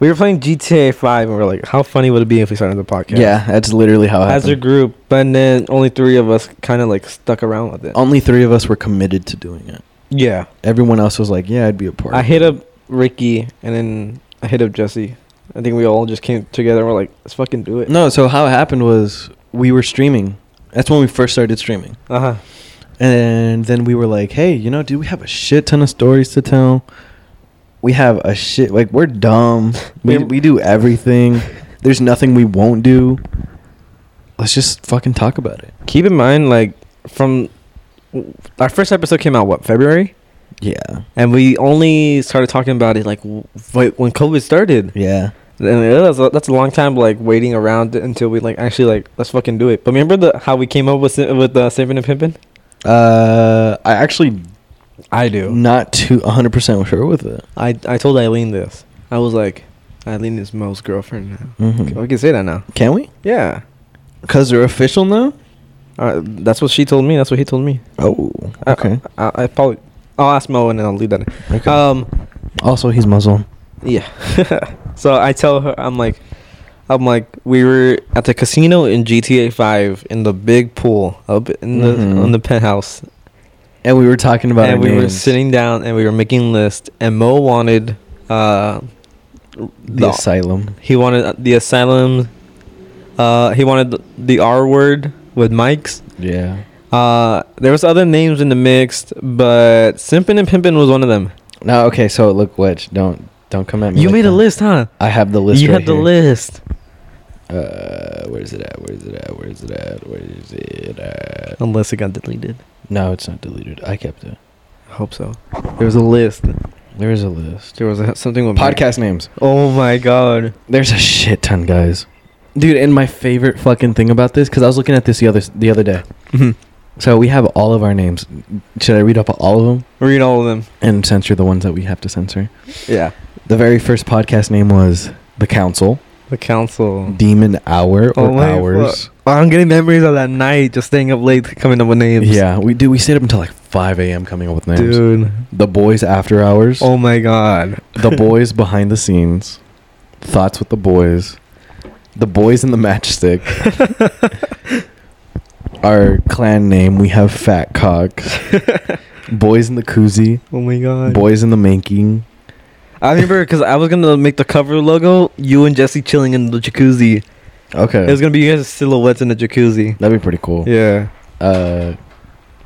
B: We were playing GTA Five, and we are like, "How funny would it be if we started a podcast?"
A: Yeah, that's literally how it
B: as a
A: happened.
B: group, but then only three of us kind of like stuck around with it.
A: Only three of us were committed to doing it.
B: yeah,
A: Everyone else was like, "Yeah, I'd be a part."
B: I
A: of
B: hit
A: it."
B: up Ricky, and then I hit up Jesse. I think we all just came together. and We're like, "Let's fucking do it."
A: No, so how it happened was we were streaming. That's when we first started streaming.
B: Uh huh.
A: And then we were like, hey, you know, dude, we have a shit ton of stories to tell. We have a shit, like, we're dumb. We,
B: We're-
A: we do everything. There's nothing we won't do. Let's just fucking talk about it.
B: Keep in mind, like from our first episode came out what February,
A: Yeah.
B: and we only started talking about it like w- like, when COVID started.
A: Yeah.
B: And it was, that's a long time like waiting around until we like actually like let's fucking do it. But remember the how we came up with si- with uh, saving and pimping?
A: Uh, I actually
B: I do.
A: not too 100% sure with it.
B: I I told Eileen this. I was like, Eileen is Mo's girlfriend now.
A: Mhm.
B: We can say that now.
A: Can we?
B: Yeah,
A: Because they're official now?
B: uh, that's what she told me. That's what he told me.
A: Oh,
B: I-
A: okay.
B: I, I, probably I'll ask Mo and then I'll leave that. In.
A: okay.
B: Um,
A: also, he's Muslim.
B: yeah. so I tell her I'm like, I'm like we were at the casino in GTA Five in the big pool up in the
A: Mhm.
B: on the penthouse
A: And we were talking about
B: and
A: our
B: we were
A: names.
B: sitting down and we were making lists and mo wanted uh
A: the
B: the-
A: asylum.
B: he wanted the asylum uh he wanted the r word with mics
A: Yeah.
B: uh there was other names in the mix but simpin and pimpin was one of them
A: No, okay, so look, Wedge, don't don't come at me.
B: you
A: like
B: made a
A: that.
B: list huh
A: I have the list.
B: you
A: right
B: had the
A: here.
B: list
A: Uh, where is it at? Where is it at? Where is it at? Where is it at?
B: unless it got deleted
A: No, it's not deleted. I kept it.
B: i hope so there was a list
A: There is a list.
B: there was a, something with
A: Podcast names.
B: oh my god
A: There's a shit ton, guys. Dude, and my favorite fucking thing about this, because I was looking at this the other the other day.
B: Mm-hmm.
A: So we have all of our names. Should I read up all of them
B: read all of them
A: and censor the ones that we have to censor?
B: yeah
A: The very first podcast name was The Council,
B: the council
A: Demon Hour, or
B: Oh my
A: Hours.
B: I'm getting memories of that night, just staying up late, coming up with names.
A: Yeah, we do. We stayed up until like 5 a.m. coming up with names.
B: dude.
A: The boys after hours.
B: Oh my god.
A: The boys behind the scenes. Thoughts with the boys. The boys in the matchstick. Our clan name. We have Fat Cocks. boys in the koozie.
B: Oh my god.
A: Boys in the making.
B: I remember because I was gonna make the cover logo. You and Jesse chilling in the jacuzzi,
A: Okay.
B: It was gonna be you guys' silhouettes in the jacuzzi.
A: That'd be pretty cool.
B: Yeah.
A: Uh,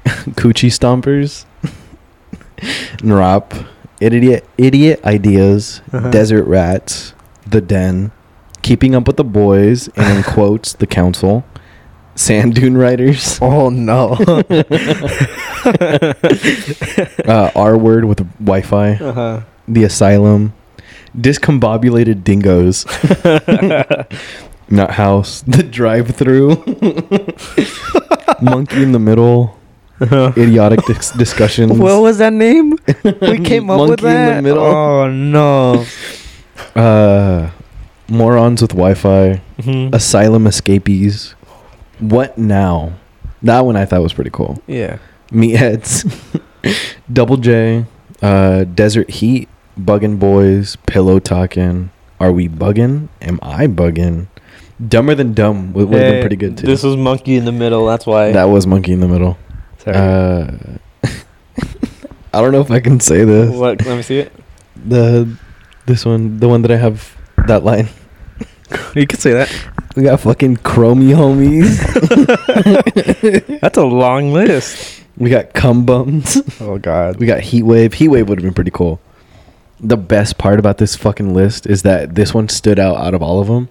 A: Coochie Stompers, Nrop, Idiot, idiot Ideas,
B: Uh-huh.
A: Desert Rats, The Den, Keeping Up with the Boys, and in quotes, The Council, Sand Dune Riders,
B: Oh no.
A: uh, R Word with Wi Fi,
B: uh-huh.
A: The Asylum, Discombobulated Dingoes, Nut House, The Drive Through, Monkey in the Middle, Idiotic dis- Discussions.
B: What was that name? We came up with
A: Monkey in the
B: that.
A: middle.
B: Oh no.
A: Uh, morons with Wi-Fi,
B: Mm-hmm.
A: asylum escapees. What now? That one I thought was pretty cool.
B: Yeah.
A: Meatheads, Double J, uh, Desert Heat, Buggin' Boys, Pillow Talkin'. Are we buggin'? Am I buggin'? Dumber than dumb would would have been pretty good too.
B: This was monkey in the middle. That's why.
A: that was monkey in the middle. Uh, I don't know if I can say this.
B: what, let me see it.
A: The this one, the one that I have that line.
B: You could say that.
A: We got fucking Chromie homies.
B: That's a long list.
A: We got cum bums.
B: Oh god.
A: We got heat wave. Heat wave would have been pretty cool. The best part about this fucking list is that this one stood out out of all of them.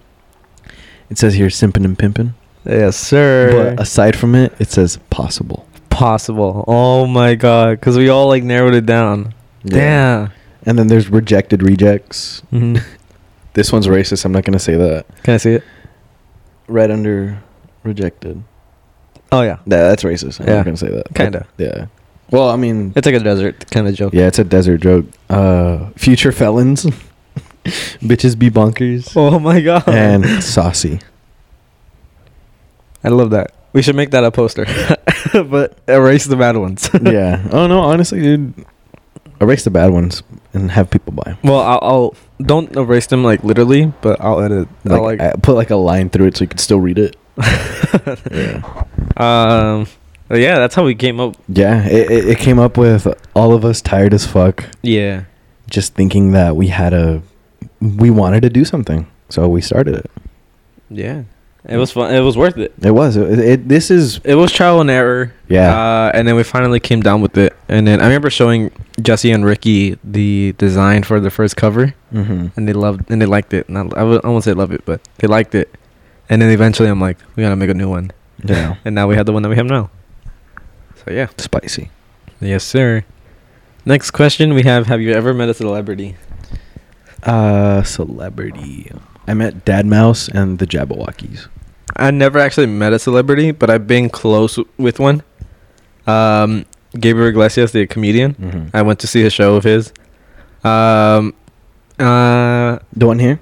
A: It says here simpin' and pimpin',
B: Yes, sir.
A: but aside from it, it says possible.
B: possible. Oh my god. Because we all like narrowed it down. Damn.
A: And then there's rejected rejects.
B: Mhm.
A: This one's racist. I'm not gonna say that.
B: Can I see it?
A: Right under rejected.
B: Oh yeah.
A: That that's racist. I'm
B: Yeah.
A: not gonna say that.
B: Kinda.
A: Yeah. Well, I mean,
B: It's like a desert kind of joke.
A: yeah, it's a desert joke. Uh, future felons, bitches be bonkers.
B: Oh my god.
A: and saucy.
B: I love that. We should make that a poster, but erase the bad ones.
A: yeah. Oh no, honestly, dude, erase the bad ones and have people buy.
B: well, I'll, I'll don't erase them like literally, but I'll edit. I'll,
A: Like, I- put like a line through it so you can still read it. yeah.
B: um, but yeah, that's how we came up.
A: Yeah. It, it, it came up with all of us tired as fuck,
B: Yeah,
A: just thinking that we had a, we wanted to do something, so we started it.
B: yeah, it was fun. It was worth it.
A: It was. It, it this is.
B: It was trial and error.
A: Yeah.
B: Uh, and then we finally came down with it. And then I remember showing Jesse and Ricky the design for the first cover,
A: mm-hmm.
B: and they loved and they liked it. And I, I, would, I won't say love it, but they liked it. And then eventually, I'm like, we gotta make a new one.
A: Yeah.
B: And now we have the one that we have now. So yeah.
A: Spicy.
B: Yes, sir. Next question we have Have you ever met a celebrity?
A: Uh, celebrity. I met Dad Mouse and the Jabberwockies.
B: I never actually met a celebrity, but I've been close w- with one. Um, Gabriel Iglesias, the comedian.
A: Mm-hmm.
B: I went to see a show of his. Um, uh,
A: The one here.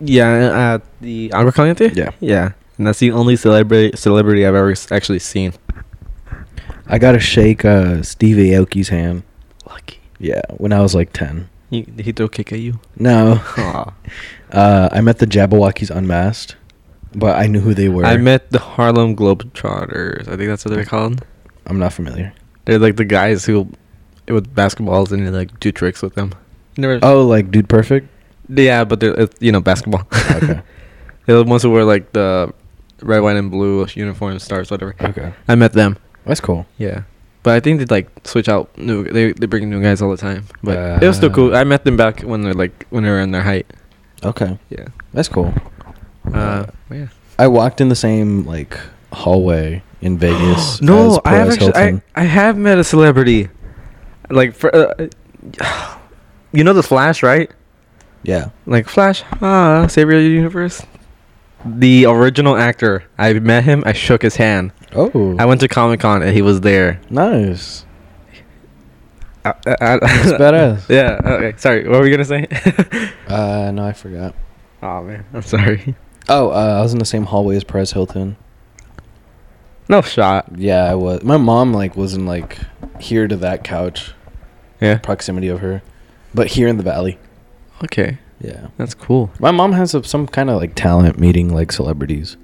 B: yeah, at the Agua Caliente?
A: Yeah.
B: Yeah. And that's the only celebrity celebrity I've ever s- actually seen.
A: I gotta shake uh, Steve Aoki's hand.
B: Lucky.
A: Yeah, when I was like ten.
B: He, did he throw kick at you?
A: No,
B: Aw.
A: uh, I met the Jabberwockies unmasked, but I knew who they were.
B: I met the Harlem Globetrotters. I think that's what they're called.
A: I'm not familiar.
B: They're like the guys who with basketballs and they like do tricks with them. Never.
A: Oh, like Dude Perfect.
B: yeah, but they're it's, you know basketball.
A: Okay.
B: they're the ones who wear like the red, white, and blue uniform stars, whatever.
A: okay,
B: I met them.
A: that's cool.
B: Yeah, but I think they like switch out new. They they bring new guys all the time. But it was still
A: Uh.
B: cool. I met them back when they're like when they were in their height.
A: Okay,
B: Yeah.
A: that's cool.
B: Uh, yeah.
A: I walked in the same like hallway in Vegas. as
B: No, I have
A: Perez
B: actually, I,
A: Hilton.
B: I have met a celebrity. Like for, uh, you know the Flash, right?
A: yeah,
B: Like Flash, ah, savior of the universe. The original actor. I met him. I shook his hand.
A: oh,
B: I went to Comic Con and he was there.
A: nice.
B: I, I, I,
A: That's badass.
B: yeah. Okay. Sorry. What were you gonna say?
A: Uh, no, I forgot.
B: oh man, I'm sorry.
A: Oh, uh, I was in the same hallway as Perez Hilton.
B: No shot.
A: Yeah, I was. My mom like wasn't like here to that couch
B: Yeah.
A: proximity of her, but here in the valley.
B: Okay.
A: Yeah.
B: That's cool.
A: My mom has a, some kind of like talent meeting like celebrities.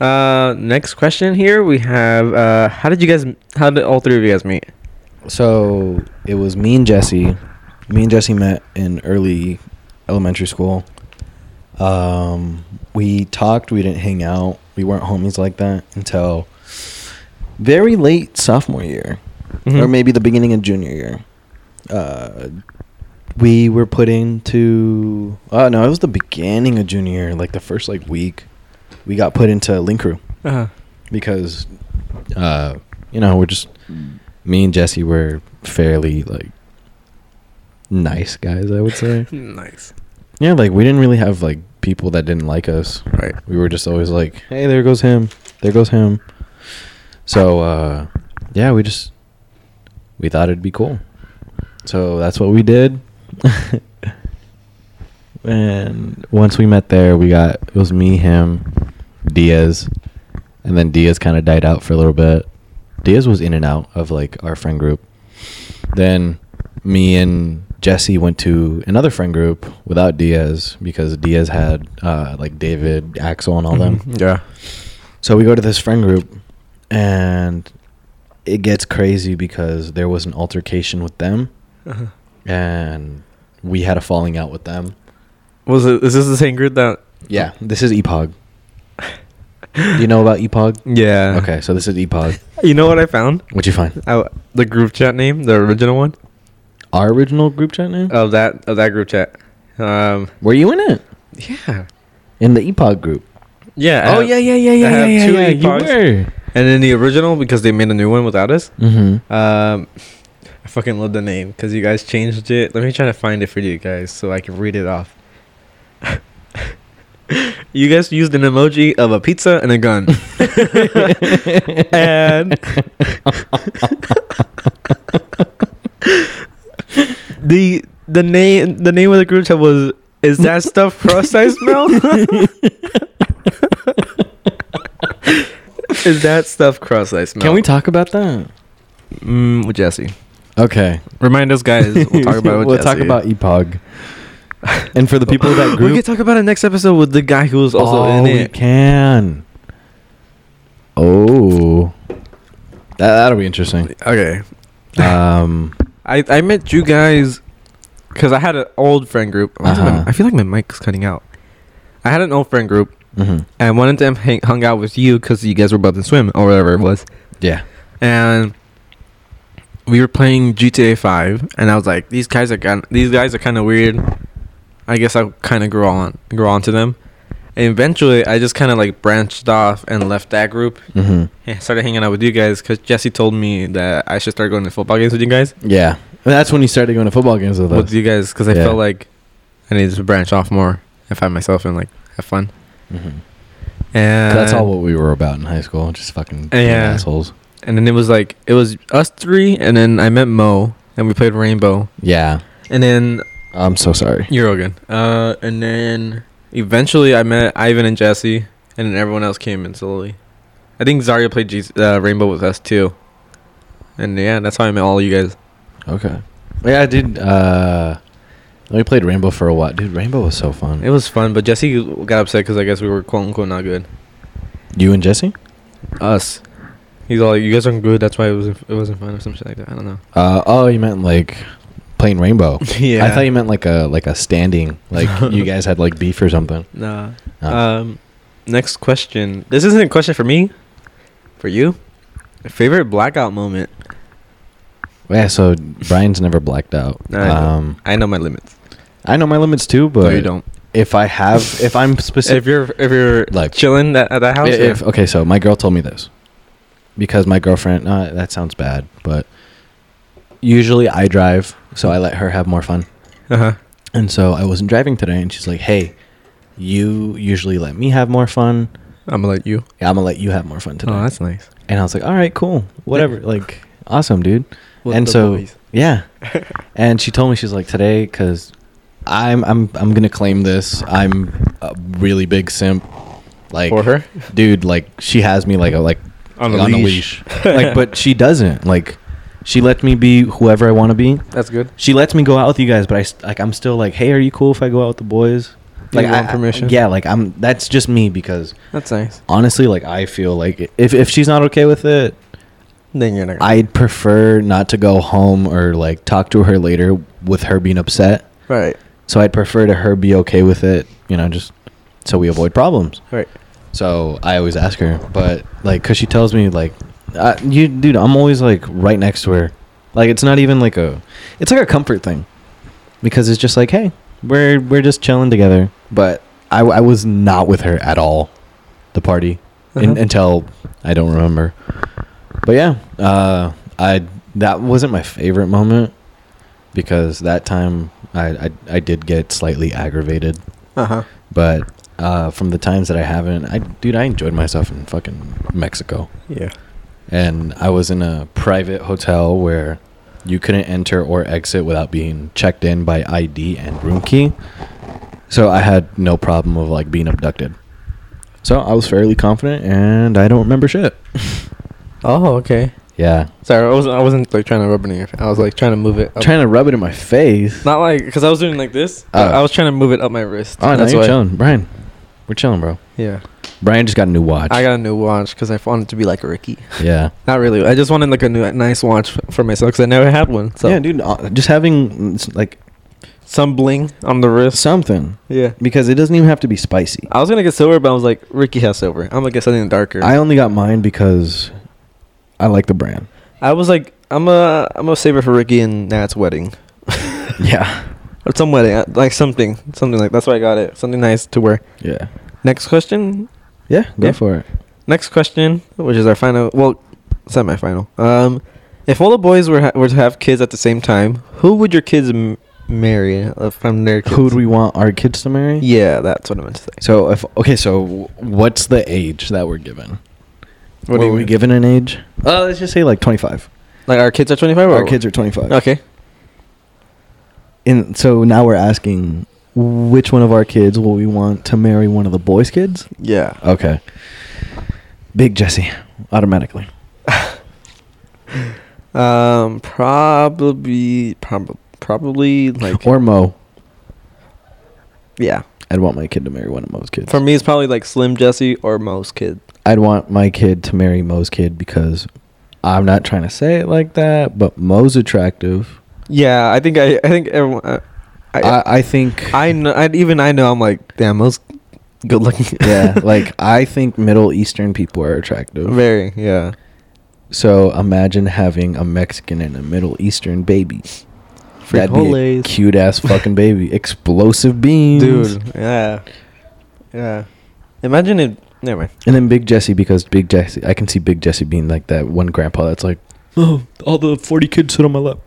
B: Uh, next question here we have uh, how did you guys? How did all three of you guys meet?
A: So it was me and Jesse. Me and Jesse met in early elementary school. Um, we talked. We didn't hang out. We weren't homies like that until very late sophomore year,
B: Mhm.
A: or maybe the beginning of junior year. Uh, we were put into. Oh no, it was the beginning of junior year. Like the first like week, we got put into link crew
B: Uh-huh.
A: because uh you know we're just me and jesse were fairly like nice guys i would say
B: Hmm, Nice.
A: yeah like we didn't really have like people that didn't like us
B: Right.
A: we were just always like hey there goes him there goes him so uh yeah we just we thought it'd be cool so that's what we did and once we met there we got it was me him diaz and then diaz kind of died out for a little bit diaz was in and out of like our friend group then me and jesse went to another friend group without diaz because diaz had uh, like david axel and all them
B: Mm-hmm.
C: Mhm. Yeah.
A: so we go to this friend group, and it gets crazy because there was an altercation with them,
B: Uh-huh.
A: and we had a falling out with them.
B: Was it? Is this the same group that?
A: Yeah, this is E EPOG. Do you know about E EPOG?
B: Yeah.
A: Okay, so this is E EPOG.
B: You know what I found?
A: What'd you find?
B: I, the group chat name, the original one
A: Our original group chat name?
B: of that of that group chat. Um.
A: Were you in it?
B: Yeah.
A: In the E EPOG group?
B: Yeah. I
A: oh
B: have-
A: yeah, yeah, yeah,
B: I
A: yeah, yeah,
B: have
A: yeah,
B: two E
A: yeah. You
B: EPOGs.
A: were.
B: And then the original because they made a new one without us.
A: Mm-hmm.
B: Um, I fucking love the name because you guys changed it. Let me try to find it for you guys so I can read it off. you guys used an emoji of a pizza and a gun.
A: Uh,
B: and the the name the name of the group chat was is that stuff crust I smell? is that stuff crust I smell?
A: Can we talk about that?
B: Mm, with Jesse.
A: Okay.
B: Remind us, guys. We'll talk about. it with
A: we'll talk
B: Jesse.
A: about E EPOG. And for the people of that
B: We
A: group,
B: can talk about it next episode with the guy who was also
A: oh,
B: in
A: we
B: it.
A: can. Oh, that that'll be interesting.
B: Okay.
A: Um,
B: I I met you guys because I had an old friend group. Why is my-
A: Uh-huh.
B: I feel like my mic's cutting out. I had an old friend group,
A: mhm.
B: and one of them hang, hung out with you because you guys were both in swim or whatever it was,
A: yeah,
B: and we were playing GTA Five, and I was like, these guys are kind these guys are kind of weird. I guess I kind of grew on grew onto them, and eventually I just kind of like branched off and left that group
A: hmm
B: I started hanging out with you guys because Jesse told me that I should start going to football games with you guys.
A: yeah. And that's when you started going to football games with
B: With
A: us.
B: you guys because I
A: Yeah.
B: felt like I needed to branch off more and find myself and like have fun.
A: Mhm.
B: And
A: That's all what we were about in high school, just fucking being
B: Uh, Yeah.
A: assholes.
B: And then it was like it was us three, and then I met Mo, and we played Rainbow,
A: Yeah,
B: and then
A: I'm so sorry.
B: you're Rogan. Uh, and then eventually I met Ivan and Jesse, and then everyone else came in slowly. I think Zarya played G- uh, Rainbow with us too. And yeah, that's how I met all you guys.
A: Okay. Yeah, I did. Uh, we played Rainbow for a while, dude. Rainbow was so
B: It
A: fun.
B: was fun, but Jesse got upset because I guess we were quote unquote not good.
A: You and Jesse?
B: Us. He's all, you guys aren't good. That's why it wasn't it wasn't fun or some shit like that. I don't know.
A: Uh, oh, you meant like playing Rainbow.
B: yeah.
A: I thought you meant like a like a standing, like you guys had like beef or something.
B: Nah.
A: Oh.
B: Um, next question. This isn't a question for me. For you. Favorite blackout moment.
A: Yeah, so Brian's never blacked out.
B: No, I know.
A: um,
B: I know my limits.
A: I know my limits too,
B: But
A: but
B: you don't.
A: if I have, if I'm
B: If
A: specific,
B: you're if you're
A: Like-
B: like chilling at, at that house.
A: if,
B: yeah.
A: okay, so my girl told me this because my girlfriend. Uh, that sounds bad, but usually I drive, so I let her have more fun.
B: uh-huh.
A: And so I wasn't driving today, and she's like, "Hey, you usually let me have more fun.
B: I'm gonna let you.
A: I'm gonna let you have more fun today."
B: Oh, that's nice.
A: and I was like, "All right, cool, whatever." Like, awesome, dude.
B: With
A: and
B: the
A: so
B: boys.
A: yeah and she told me she's like today because i'm i'm i'm gonna claim this i'm a really big simp like
B: for her
A: dude like she has me like a like
B: On a leash.
A: like but she doesn't like she lets me be whoever i want to be
B: That's good.
A: she lets me go out with you guys but i st- like i'm still like hey are you cool if i go out with the boys
B: You
A: like
B: want
A: I- I-
B: permission?
A: yeah like i'm that's just me because
B: That's nice.
A: honestly like i feel like if if she's not okay with it
B: Then you're not.
A: I'd prefer not to go home or like talk to her later with her being upset.
B: right.
A: So I'd prefer to her be okay with it, you know, just so we avoid problems.
E: Right.
A: So I always ask her, but like, cause she tells me like, uh, you dude, I'm always like right next to her. Like it's not even like a, it's like a comfort thing, because it's just like, hey, we're we're just chilling together. But I I was not with her at all, the party, in,
E: Uh-huh.
A: until I don't remember. But yeah, uh, I that wasn't my favorite moment because that time I I, I did get slightly aggravated
E: Uh
B: Uh-huh.
E: huh.
A: but uh, from the times that I haven't, I dude, I enjoyed myself in fucking Mexico,
B: Yeah.
A: and I was in a private hotel where you couldn't enter or exit without being checked in by ID and room key. So I had no problem of like being abducted. So I was fairly confident, and I don't remember shit.
B: Oh, okay.
A: Yeah,
B: Sorry, I wasn't. I wasn't like trying to rub it in your. Face. I was like trying to move it. Up.
A: trying to rub it in my face.
B: Not like because I was doing like this.
A: Oh.
B: I was trying to move it up my wrist.
A: Oh, no, you're chilling, Brian. We're chilling, bro.
B: Yeah,
A: Brian just got a new watch.
B: I got a new watch because I wanted to be like Ricky.
A: yeah.
B: Not really. I just wanted like a new nice watch f- for myself because I never had one. So
A: Yeah, dude. uh, Just having mm, like
B: some bling on the wrist.
A: something.
B: Yeah.
A: because it doesn't even have to be spicy.
B: I was gonna get silver, but I was like, Ricky has silver. I'm gonna get something darker.
A: I only got mine because I like the brand.
B: I was like, I'm a, I'm a saver for Ricky and Nat's wedding
A: Yeah.
B: or some wedding, uh, like something, something like that's why I got it. Something nice to wear.
A: Yeah.
B: Next question.
A: Yeah, go
B: Yeah.
A: for it.
B: Next question, which is our final, well, semi-final. Um, if all the boys were ha- were to have kids at the same time, who would your kids m- marry uh, from their kids?
A: Who do we want our kids to marry?
B: Yeah, that's what I meant to say.
A: So if okay, so w- what's the age that we're given?
B: What do
A: Were
B: you
A: we
B: mean?
A: given an age? Uh, let's just say like 25.
B: Like our kids are 25. Or
A: Our kids are 25.
B: Oh, Okay.
A: And so now we're asking which one of our kids will we want to marry one of the boys' kids?
B: Yeah.
A: Okay. Big Jesse, automatically.
B: Um, probably, probably, probably like
A: or Mo.
B: yeah.
A: I'd want my kid to marry one of Mo's kids.
B: For me, it's probably like Slim Jesse or Mo's kid.
A: I'd want my kid to marry Mo's kid because I'm not trying to say it like that, but Mo's attractive.
B: Yeah, I think I, I think everyone, uh, I,
A: I,
B: I,
A: I think
B: know, I even I know, I'm like, damn, Mo's good looking.
A: yeah, like I think Middle Eastern people are attractive.
B: very, yeah.
A: So imagine having a Mexican and a Middle Eastern baby. That'd be
B: Frijoles.
A: cute ass fucking baby. Explosive beans,
B: dude. Yeah, yeah. Imagine it. Never mind.
A: And then Big Jesse because Big Jesse, I can see Big Jesse being like that one grandpa that's like, oh, all the forty kids sit on my lap,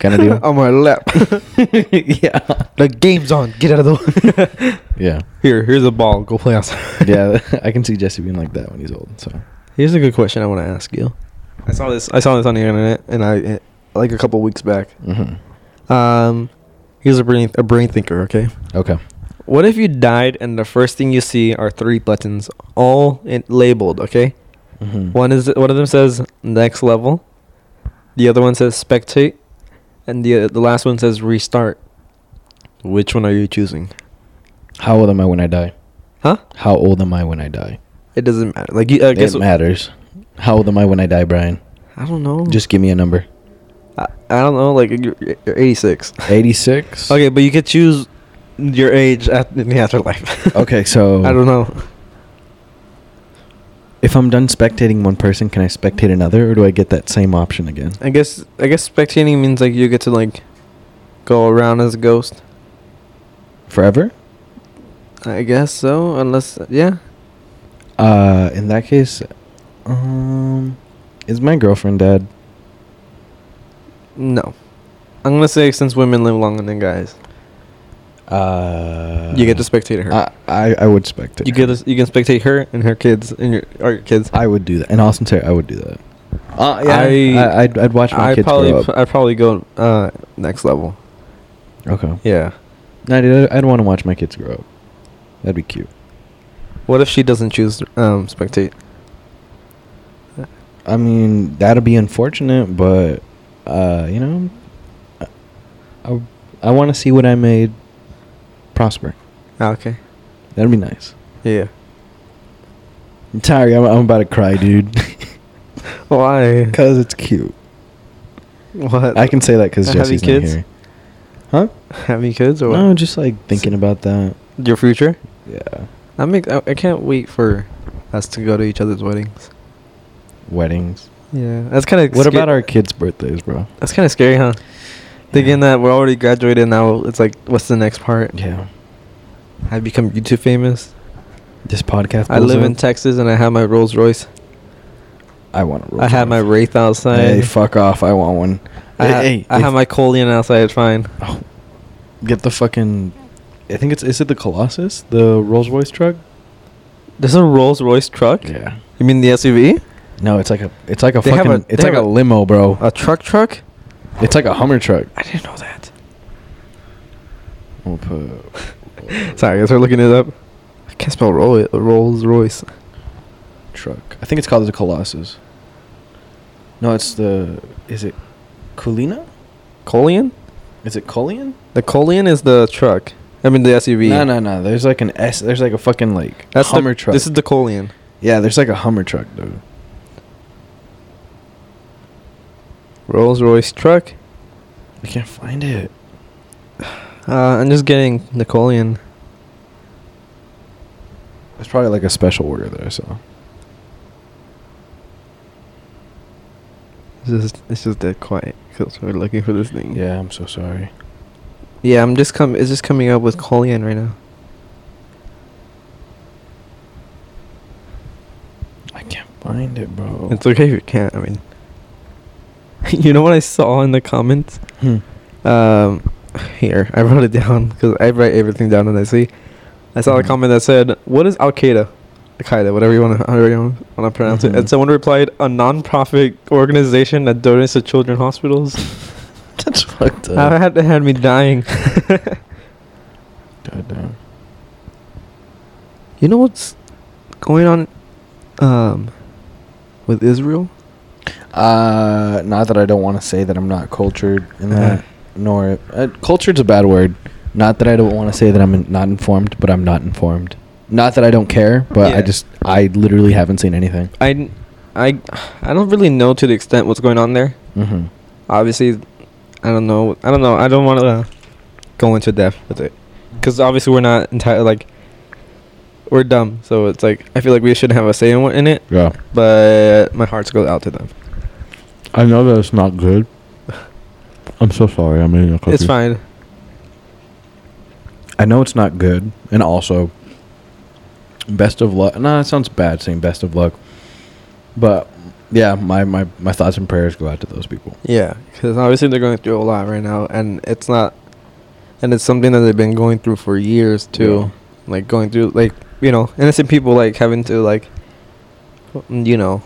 A: kind of deal.
B: on my lap. Oh,
A: yeah,
B: the game's on. Get out of the way.
A: yeah.
B: Here, here's a ball. Go play outside.
A: yeah, I can see Jesse being like that when he's old. So
B: Here's a good question I want to ask you. I saw this. I saw this on the internet, and I it- like a couple weeks back.
A: Mhm.
B: Um, here's a brain a brain thinker. Okay,
A: okay,
B: what if you died and the first thing you see are three buttons, all in, labeled? Okay,
A: Mhm.
B: one is one of them says next level, the other one says spectate, and the the last one says restart. Which one are you choosing?
A: How old am I when I die?
B: Huh?
A: How old am I when I die?
B: It doesn't matter. Like you, I guess
A: It matters. How old am I when I die, Brian?
B: I don't know.
A: Just give me a number.
B: I, I don't know. Like you're, you're 86.
A: Eighty-six.
B: Okay, but you could choose your age at, in the afterlife.
A: Okay, so
B: I don't know.
A: If I'm done spectating one person, can I spectate another, or do I get that same option again?
B: I guess I guess spectating means like you get to like go around as a ghost.
A: Forever?
B: I guess so, unless yeah.
A: Uh, in that case, um, is my girlfriend dead?
B: No. I'm gonna say since women live longer than guys,
A: Uh,
B: you get to spectate her.
A: I, I I would spectate.
B: you get to, you can spectate her and her kids and your or your kids.
A: I would do that. In all sincerity, I would do that. Uh,
B: yeah.
A: I, I, would I'd watch my
B: I
A: kids
B: probably
A: grow up.
B: I probably go uh next level.
A: okay.
B: Yeah.
A: No, dude, I'd, I'd want to watch my kids grow up. That'd be cute.
B: What if she doesn't choose um spectate?
A: I mean, that'd be unfortunate, but uh, you know, I I, I want to see what I made prosper.
B: Ah, okay.
A: That'd be nice.
B: Yeah.
A: I'm tired. I'm, I'm about to cry, dude.
B: Why?
A: Cause it's cute.
B: What?
A: I can say that because
B: Having
A: Jesse's not
B: kids?
A: here. Huh?
B: having kids or what?
A: No, just like thinking about that.
B: your future?
A: Yeah.
B: I make. I, I can't wait for us to go to each other's weddings.
A: Weddings.
B: Yeah, that's kind of.
A: What about our kids' birthdays, bro?
B: That's kind of scary, huh? Thinking that we're already graduated now, it's like, what's the next part?
A: Yeah.
B: I become YouTube famous.
A: This podcast.
B: I live
A: blows
B: in
A: up.
B: Texas and I have my Rolls Royce.
A: I want to.
B: I have my Wraith outside.
A: Hey, fuck off! I want one.
B: I, ha- I
A: if-
B: have my Colian outside. It's fine.
A: Oh, get the fucking. I think it's is it the Colossus, the Rolls Royce truck?
B: There's a Rolls Royce truck.
A: Yeah.
B: You mean the SUV?
A: No, it's like a it's like a
B: They have
A: fucking
B: a-
A: it's
B: they
A: like a,
B: have a-
A: limo, bro.
B: A truck truck?
A: it's like a Hummer truck.
B: I didn't know that.
A: We'll put-
B: Sorry, I guess we're looking it up. I can't spell Roll- Rolls Royce.
A: truck. I think it's called the Colossus. No, it's the is it Colina?
B: Colian?
A: Is it Colian?
B: The Colian is the truck. I mean the SUV.
A: No, no, no. There's like an S. There's like a fucking like
B: That's the-
A: Hummer truck.
B: This is the Colian.
A: yeah, there's like a Hummer truck, dude.
B: Rolls Royce truck.
A: I can't find it.
B: Uh, I'm just getting the Colian.
A: It's probably like a special order that I saw.
B: It's just, it's just dead quiet because we're looking for this thing.
A: Yeah, I'm so sorry.
B: Yeah, I'm just com. It's just coming up with Colian right now.
A: I can't find it, bro.
B: It's okay if you can't. I mean, you know what I saw in the comments?
A: Hmm.
B: Um, here I wrote it down because I write everything down and I see. I saw a
A: Mhm.
B: comment that said, "What is Al Qaeda?" Al Qaeda, whatever you want to, however you want to pronounce
A: Mhm.
B: it. And someone replied, "A non-profit organization that donates to children hospitals."
A: That's fucked up.
B: I had that had me dying.
A: Goddamn.
B: You know what's going on, um, with Israel?
A: Uh, not that I don't want to say that I'm not cultured in that, nor uh, cultured's a bad word. Not that I don't want to say that I'm in, not informed, but I'm not informed. Not that I don't care, but I
B: Yeah.
A: just I literally haven't seen anything.
B: I, I, I don't really know to the extent what's going on there.
A: Mm-hmm.
B: Obviously, I don't know. I don't know. I don't want to uh, go into depth with it, because obviously we're not entirely like we're dumb. So it's like I feel like we should have a say in, in it,
A: Yeah,
B: but my hearts go out to them.
A: I know that it's not good.
F: I'm so sorry. I'm eating a cookie.
B: It's fine.
A: I know it's not good, and also, best of luck. Nah, it sounds bad saying best of luck, but yeah, my my my thoughts and prayers go out to those people.
B: Yeah, because obviously they're going through a lot right now, and it's not, and it's something that they've been going through for years too, like going through like you know innocent people like having to like, you know,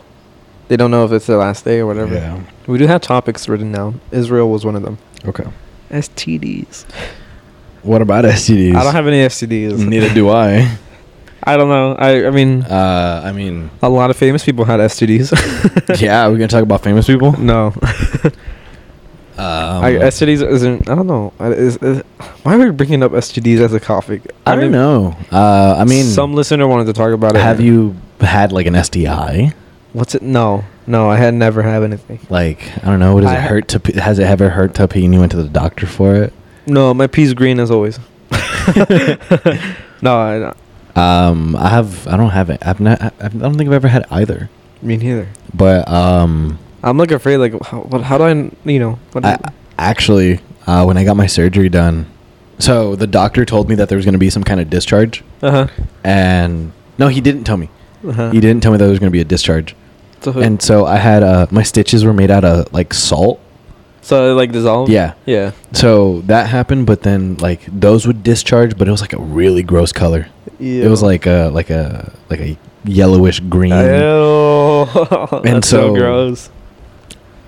B: they don't know if it's their last day or whatever.
A: Yeah.
B: We do have topics written down. Israel was one of them.
A: Okay.
B: STDs.
A: What about STDs?
B: I don't have any STDs.
A: Neither do I.
B: I don't know. I I mean,
A: Uh, I mean,
B: a lot of famous people had STDs.
A: yeah, we're gonna talk about famous people.
B: no,
A: Um,
B: I, STDs isn't. I don't know. I- Is, is, why are we bringing up STDs as a topic?
A: I don't know. Uh, I mean,
B: some listener wanted to talk about it.
A: have you had like an STI?
B: What's it? No, no, I had never had anything.
A: Like, I don't know. What does
B: I-
A: it hurt to? Pee? Has it ever hurt to pee and you went to the doctor for it?
B: No, my pee's green as always. no, I,
A: Um, I have. I don't have it. I've not. I I don't think I've ever had either.
B: me neither.
A: But um,
B: I'm like afraid. Like, how, what, how do I? You know, what
A: I, actually, uh, when I got my surgery done, so the doctor told me that there was gonna be some kind of discharge,
B: uh-huh,
A: and no, he didn't tell me.
B: uh-huh.
A: He didn't tell me that there was gonna be a discharge.
B: So,
A: and so I had uh, my stitches were made out of like salt.
B: so it, like dissolve.
A: Yeah.
B: yeah.
A: So that happened, but then like those would discharge, but it was like a really gross color. It was like a like a like a yellowish green.
B: Ew.
A: And
B: That's so,
A: so-
B: gross.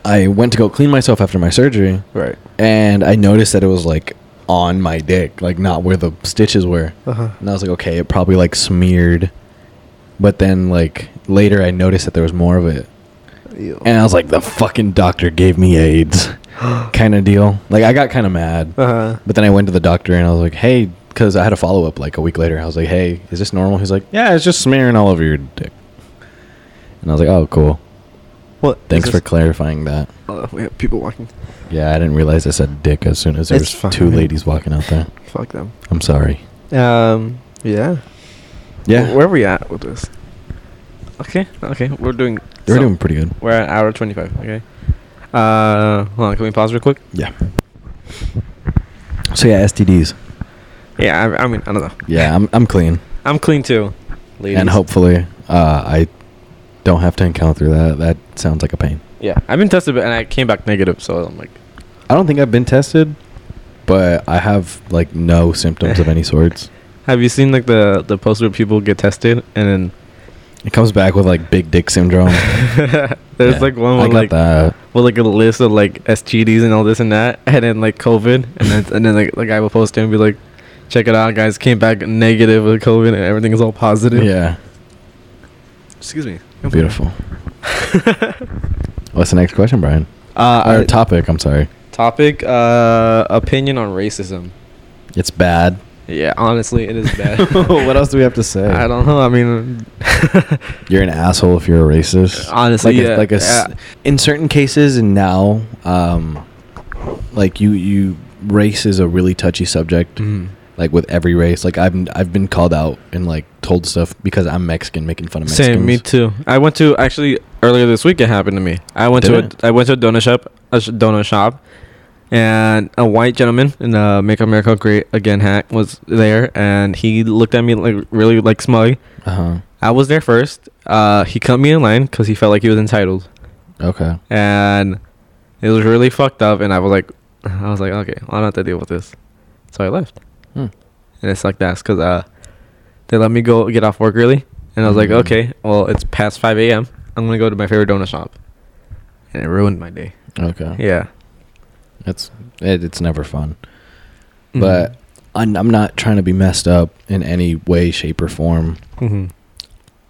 A: I went to go clean myself after my surgery,
B: Right.
A: and I noticed that it was like on my dick, like not where the stitches were.
B: Uh-huh.
A: And I was like, okay, it probably like smeared. But then like later, I noticed that there was more of it. And I was like, the fucking doctor gave me AIDS kind of deal. Like, I got kind of mad.
B: Uh-huh.
A: But then I went to the doctor and I was like, hey, because I had a follow up like a week later. I was like, hey, is this normal? He's like, yeah, it's just smearing all over your dick. And I was like, oh, cool.
B: Well,
A: Thanks
B: is
A: for
B: this-
A: clarifying that.
B: Oh, we have people walking.
A: Yeah, I didn't realize I said dick as soon as there
B: It's
A: was two
B: fine.
A: ladies walking out there.
B: Fuck them.
A: I'm sorry.
B: Um. Yeah.
A: Yeah,
C: Where are we at with this?
B: Okay, okay,
C: We're doing.
A: we're
C: so-
A: doing pretty good.
C: We're at hour twenty-five. Okay. Uh, hold on. Can we pause real quick?
A: Yeah. So yeah, STDs.
C: Yeah. I, I mean, I don't know.
A: Yeah, I'm I'm clean,
C: I'm clean too. Ladies.
A: and hopefully, uh, I don't have to encounter that. That sounds like a pain.
C: Yeah, I've been tested, but- and I came back negative. So I'm like,
A: I don't think I've been tested, but I have like no symptoms of any sorts.
B: Have you seen like the the post where people get tested and
A: It comes back with like big dick syndrome.
B: then there's
A: Oh. Yeah,
B: like one
A: I got
B: with like
A: that.
B: with like a list of like STDs and all this and that, and then like COVID, and then and then like the guy will post it and be like, check it out, guys, came back negative with COVID, and everything is all positive.
A: Yeah,
B: Excuse me.
A: beautiful. What's the next question, Brian?
C: uh,
A: Our
C: I-
A: topic. I'm sorry.
C: topic, uh, opinion on racism.
A: It's bad.
C: Yeah, honestly, it is bad.
A: what else do we have to say?
C: I don't know. I mean,
A: You're an asshole if you're a racist.
B: Honestly,
A: like a,
B: yeah,
A: like a s-
B: yeah.
A: in certain cases and now, um, like you you race is a really touchy subject. Like with every race, like I've I've been called out and like told stuff because I'm Mexican, making fun of Mexicans.
B: Same, me too. I went to actually earlier this week. It happened to me. I went
A: Did
B: to
A: it?
B: a, I went to a donut shop, a sh- donut shop, and a white gentleman in a "Make America Great Again" hat was there, and he looked at me like really like smug.
A: Uh
B: I was there first. Uh, he cut me in line because he felt like he was entitled,
A: huh. Okay.
B: and it was really fucked up. And I was like, I was like, okay, I don't have to deal with this, so I left.
A: Hmm.
B: And it's like that's because uh, they let me go get off work early, and I was like,
A: Mm.
B: okay, well it's past five a.m. I'm gonna go to my favorite donut shop, and it ruined my day.
A: Okay.
B: Yeah,
A: That's it, it's never fun.
B: Mm-hmm.
A: But I'm, I'm not trying to be messed up in any way, shape, or form.
B: Mhm.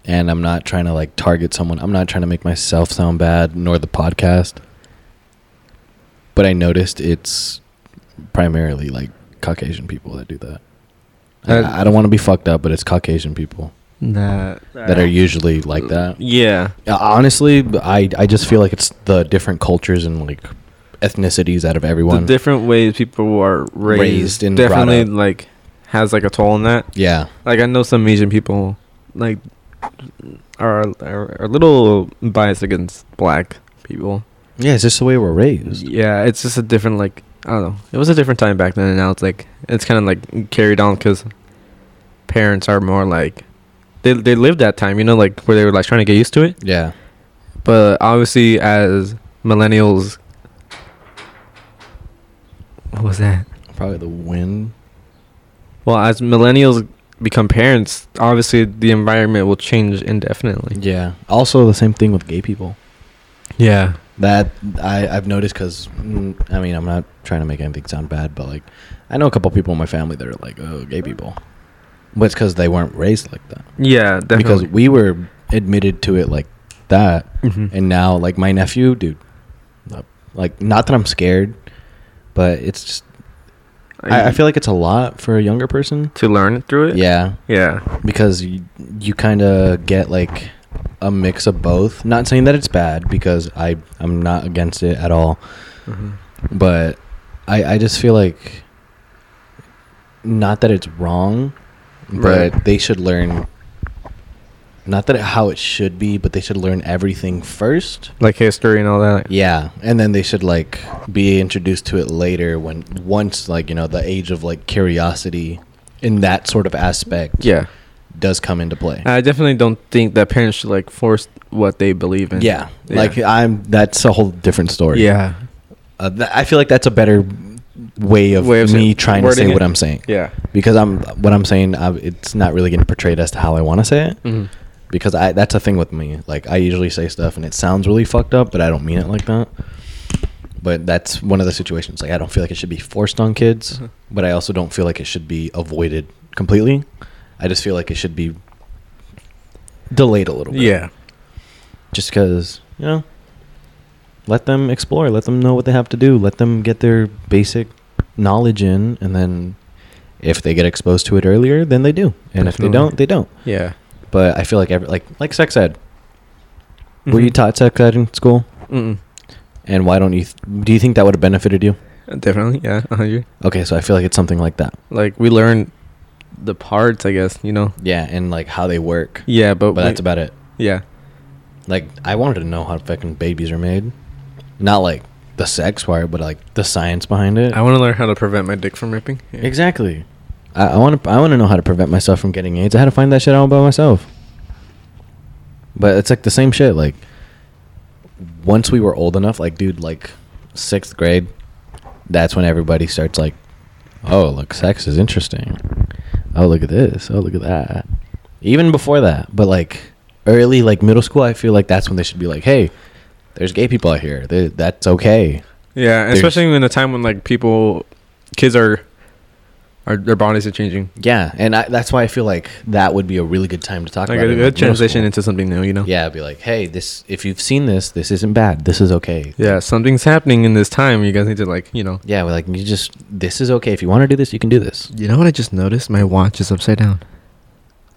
A: And I'm not trying to like target someone. I'm not trying to make myself sound bad, nor the podcast. But I noticed it's primarily like Caucasian people that do that. And
B: Uh,
A: I, I don't want to be fucked up, but it's Caucasian people
B: that
A: that are usually like that.
B: yeah,
A: Uh, Honestly, I I just feel like it's the different cultures and like ethnicities out of everyone.
B: the different ways people are raised,
A: Raised and brought
B: definitely
A: up.
B: like has like a toll on that.
A: yeah.
B: like I know some Asian people like are are, are a little biased against black people.
A: Yeah, it's just the way we're raised.
B: Yeah, it's just a different like I don't know. It was a different time back then, and now it's like it's kind of like carried on because parents are more like they they lived that time, you know, like where they were like trying to get used to it.
A: Yeah.
B: But obviously, as millennials, what was that?
A: Probably the wind.
B: Well, as millennials become parents, obviously the environment will change indefinitely.
A: Yeah. Also, the same thing with gay people.
B: Yeah.
A: That I I've noticed because I mean I'm not trying to make anything sound bad, but like I know a couple people in my family that are like oh gay people, but it's because they weren't raised like that.
B: Yeah,
A: Because
B: definitely.
A: we were admitted to it like that,
B: Mhm.
A: and now like my nephew, dude, like not that I'm scared, but it's just I, I feel like it's a lot for a younger person.
B: to learn through it.
A: Yeah,
B: yeah,
A: because you, you kind of get like a mix of both. Not saying that it's bad because I I'm not against it at all,
B: Mm-hmm.
A: but I I just feel like not that it's wrong, but
B: Right.
A: they should learn not that it, how it should be, but they should learn everything first.
B: like history and all that.
A: Yeah, and then they should like be introduced to it later when once like you know the age of like curiosity in that sort of aspect
B: Yeah,
A: does come into play.
B: I definitely don't think that parents should like force what they believe in.
A: Yeah, like I'm. That's a whole different story.
B: yeah,
A: uh, th- I feel like that's a better way of
B: Way of
A: me
B: saying-
A: trying to say
B: wording it.
A: what I'm saying
B: yeah.
A: because I'm what I'm saying. I, it's not really getting portrayed as to how I want to say it
B: Mhm.
A: because I that's a thing with me. Like I usually say stuff and it sounds really fucked up, but I don't mean it like that. But that's one of the situations. Like I don't feel like it should be forced on kids,
B: Mhm.
A: but I also don't feel like it should be avoided completely. I just feel like it should be delayed a little bit.
B: Yeah,
A: just because you know let them explore let them know what they have to do let them get their basic knowledge in and then if they get exposed to it earlier then they do and if they
B: Definitely.
A: don't they don't
B: yeah.
A: but i feel like every like like sex ed were
B: Mm-hmm.
A: you taught sex ed in school
B: Mm-mm.
A: and why don't you th- do you think that would have benefited you
B: Definitely, yeah, a hundred.
A: okay so i feel like it's something like that
B: Like we learn the parts, I guess. You know.
A: Yeah, and like how they work.
B: Yeah, but,
A: But that's about it.
B: yeah.
A: Like I wanted to know how fucking babies are made. Not like the sex part, but like the science behind it.
B: I want to learn how to prevent my dick from ripping. Yeah.
A: exactly. I, I want to. I want to know how to prevent myself from getting AIDS. I had to find that shit out by myself. But it's like the same shit. Like once we were old enough, like dude, like sixth grade, that's when everybody starts like, oh look, sex is interesting. Oh look at this. Oh look at that. Even before that, but like early like middle school, I feel like that's when they should be like, hey, there's gay people out here. They, that's okay.
B: Yeah,
A: There's-
B: especially in a time when like people, kids are, are their bodies are changing.
A: Yeah, and I, that's why I feel like that would be a really good time to talk
B: Like
A: about
B: a
A: it in,
B: good
A: like, middle
B: transition
A: school.
B: into something new. You know.
A: Yeah, be like, hey, this if you've seen this, this isn't bad. This is okay.
B: Yeah, something's happening in this time. You guys need to like, you know.
A: Yeah, we're like you just this is okay. If you want to do this, you can do this.
B: You know what I just noticed? My watch is upside down.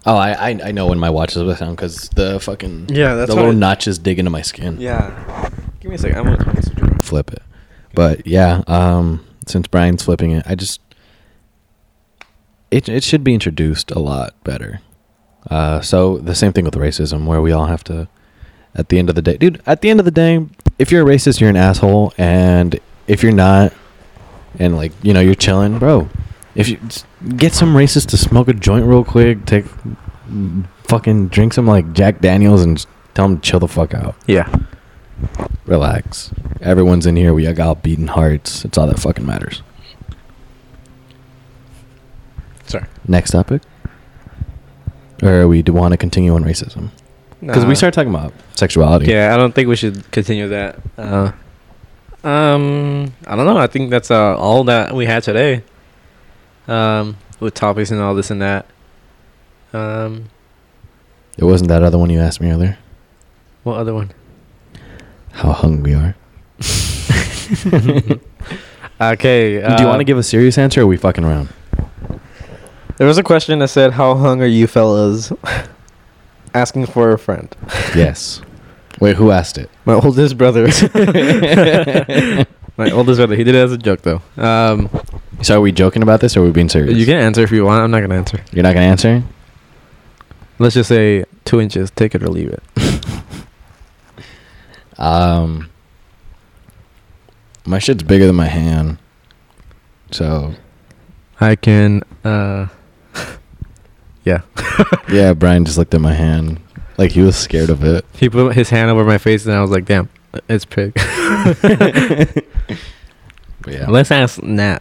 A: Oh, I I, I know when my watch is with sound because the fucking
B: Yeah, that's
A: the
B: what
A: little
B: I-
A: notches dig into my skin.
B: Yeah. Give me a second. I'm gonna switch it around.
A: flip it. But yeah, um, since Brian's flipping it, I just it it should be introduced a lot better. Uh, so the same thing with racism, where we all have to, at the end of the day, dude. At the end of the day, if you're a racist, you're an asshole, and if you're not, and like you know, you're chilling, bro. If you just get some racist to smoke a joint real quick, take mm, fucking drink some like Jack Daniels and just tell them to chill the fuck out
B: Yeah.
A: relax. Everyone's in here. We got beaten hearts. It's all that fucking matters.
B: Sorry.
A: Next topic. Or we do want to continue on racism because we start talking about sexuality.
B: Uh, Yeah, I don't think we should continue that. Uh, um, I don't know. I think that's uh, all that we had today. Um, with topics and all this and that. Um,
A: It wasn't that other one you asked me earlier.
B: what other one?
A: How hung we are.
B: Okay.
A: do you
B: uh,
A: want to give a serious answer? Or are we fucking around?
C: There was a question that said, "How hung are you, fellas?" Asking for a friend.
A: yes. Wait, who asked it?
C: My oldest brother.
B: my oldest brother? He did it as a joke though. Um,
A: So are we joking about this, or are we being serious?
B: you can answer if you want. I'm not gonna answer.
A: You're not gonna answer.
B: Let's just say two inches. Take it or leave it.
A: Um, my shit's bigger than my hand, so
B: I can. Uh, yeah.
A: Yeah, Brian just looked at my hand. Like he was scared of it.
B: He put his hand over my face and I was like, "Damn, it's pig."
A: But yeah.
B: Let's ask Nat.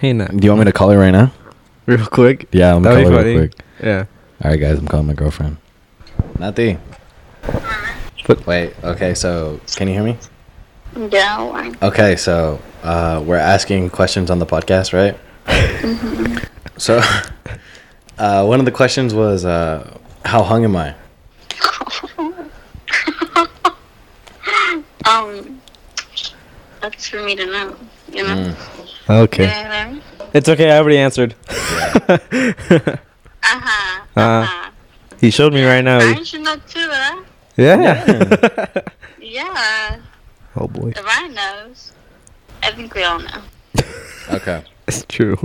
B: Hey Nat,
A: Do you want me to call her right now?
B: real quick.
A: Yeah, I'm gonna
B: That'd
A: call
B: be
A: her
B: funny.
A: real quick.
B: Yeah.
A: All right, guys, I'm calling my girlfriend. Nati.
C: But-
A: Wait. Okay. So, can you hear me?
G: No, I
A: Okay. So, uh, we're asking questions on the podcast, right? so, uh, one of the questions was, uh, "How hung am I?"
G: um that's for me to know, you know.
C: okay.
G: Uh
C: It's okay. I already answered.
G: huh.
C: Uh,
G: Uh-huh.
C: He showed me right now.
G: Ryan should know too, huh?
C: yeah.
G: Yeah.
C: oh boy.
G: Ryan knows. I think we all know.
A: Okay.
C: It's true.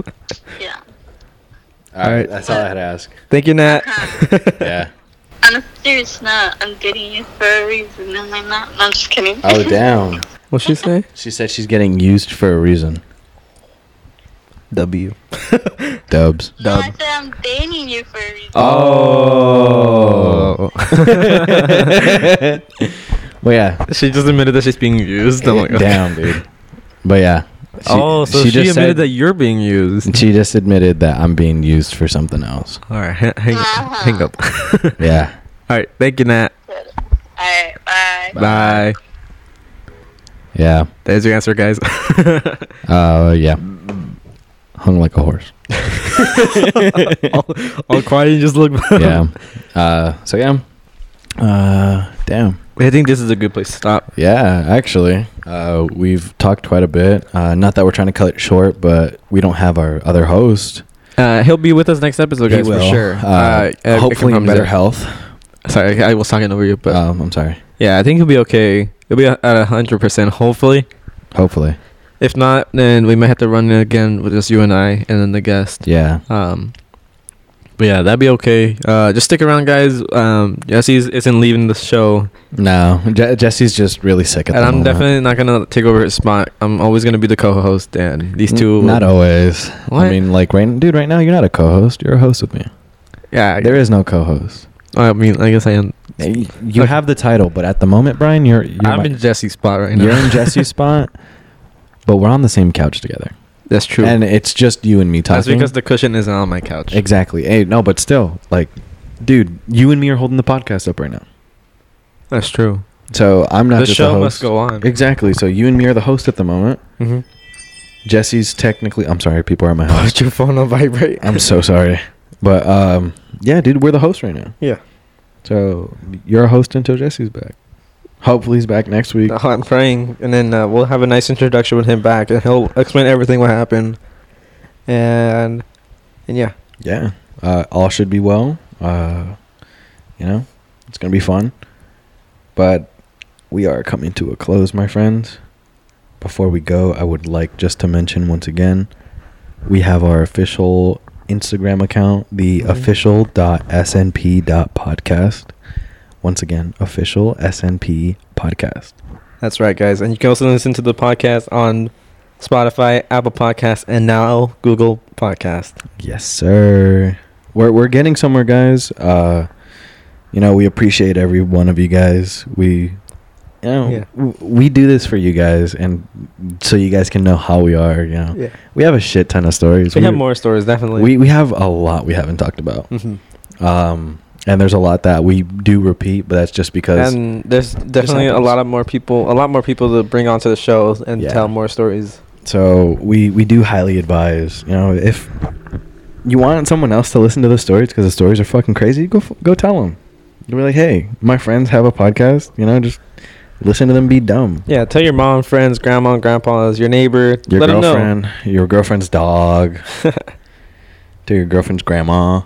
G: Yeah.
A: All right.
C: right.
A: That's all I had to ask.
C: Thank you, Nat.
A: Yeah.
G: On a serious note, I'm getting you for a reason, am I not? No, I'm just kidding.
A: Oh, damn.
C: What'd she say?
A: She said she's getting used for a reason.
C: W.
A: Dubs.
G: no, I said I'm dating you for a reason.
B: Oh.
A: Well, yeah.
B: she just admitted that she's being used. I'm like,
A: Damn, dude. But yeah. She,
B: oh, so she, admitted
A: said-
B: that you're being used.
A: she just admitted that I'm being used for something else.
B: All right, ha- hang,
G: Uh-huh.
B: hang up.
A: Yeah.
B: All right, thank you, Nat.
G: Alright, bye.
B: Bye.
A: Yeah.
B: There's your answer, guys.
A: Uh yeah. Hung like a horse.
B: all, all quiet and just look.
A: Yeah. uh so yeah. Uh damn.
B: I think this is a good place to stop.
A: Yeah, actually. Uh we've talked quite a bit. Uh not that we're trying to cut it short, but we don't have our other host.
B: Uh, he'll be with us next episode,
A: He
B: guys, for
A: will.
B: sure.
A: Uh,
B: I- I
A: hopefully in
B: can promise
A: better
B: it.
A: health.
B: Sorry, I was talking over you, but
A: But um I'm sorry.
B: yeah, I think he'll be okay. He'll be at a hundred percent, hopefully.
A: Hopefully.
B: If not, then we might have to run it again with just you and I, and then the guest.
A: Yeah.
B: Um, But yeah, that'd be okay. Uh, just stick around, guys. Um, Jesse's isn't leaving the show,
A: No, Je- Jesse's just really sick at
B: and
A: the
B: I'm
A: moment.
B: definitely not gonna take over his spot. I'm always gonna be the co-host, and these two.
A: N- Not always.
B: What?
A: I mean, like, right, dude, right now you're not a co-host. You're a host with me.
B: yeah.
A: There is no co-host.
B: I mean, I guess I am.
A: You have the title, but at the moment, Brian, you're you're,
B: I'm
A: my-
B: in Jesse's spot right now.
A: you're in Jesse's spot. But we're on the same couch together,
B: That's true.
A: and it's just you and me talking.
B: That's because the cushion isn't on my couch.
A: exactly. Hey, no, but still, like, dude, you and me are holding the podcast up right now.
B: That's true.
A: So I'm not.
B: The
A: just
B: show
A: a host.
B: must go on.
A: Exactly. So you and me are the host at the moment.
C: Mm-hmm.
A: Jesse's technically. I'm sorry, people are at my house.
C: Put your phone on vibrate.
A: I'm so sorry. But um, yeah, dude, we're the host right now.
C: Yeah.
A: So you're a host until Jesse's back. Hopefully he's back next week.
C: No, I'm praying, and then uh, we'll have a nice introduction with him back, and he'll explain everything what happened, and and yeah,
A: Yeah. Uh, all should be well. Uh, you know, it's gonna be fun. But we are coming to a close, my friends. Before we go, I would like just to mention once again, we have our official Instagram account, the
C: Mhm.
A: official dot snp dot podcast. Once again, official SNP podcast.
C: that's right, guys. And you can also listen to the podcast on Spotify, Apple Podcasts, and now Google Podcast.
A: Yes, sir. We're we're getting somewhere, guys. Uh, you know, we appreciate every one of you guys. We, you know,
C: Yeah.
A: w- we do this for you guys, and so you guys can know how we are. You know,
C: Yeah,
A: we have a shit ton of stories.
C: we have
A: We're-
C: more stories definitely.
A: Oh. We we have a lot we haven't talked about.
C: Mhm.
A: Um, and there's a lot that we do repeat, but that's just because.
C: and there's definitely a
A: happens.
C: lot of more people, a lot more people to bring onto the show and
A: Yeah.
C: tell more stories.
A: so we we do highly advise. You know, if you want someone else to listen to the stories because the stories are fucking crazy, go f- go tell them. You'll be like, hey, my friends have a podcast. You know, just listen to them be dumb.
C: Yeah, tell your mom, friends, grandma, grandpas, your neighbor,
A: Your
C: let 'em
A: girlfriend, your girlfriend's dog,
C: know.
A: to your girlfriend's grandma.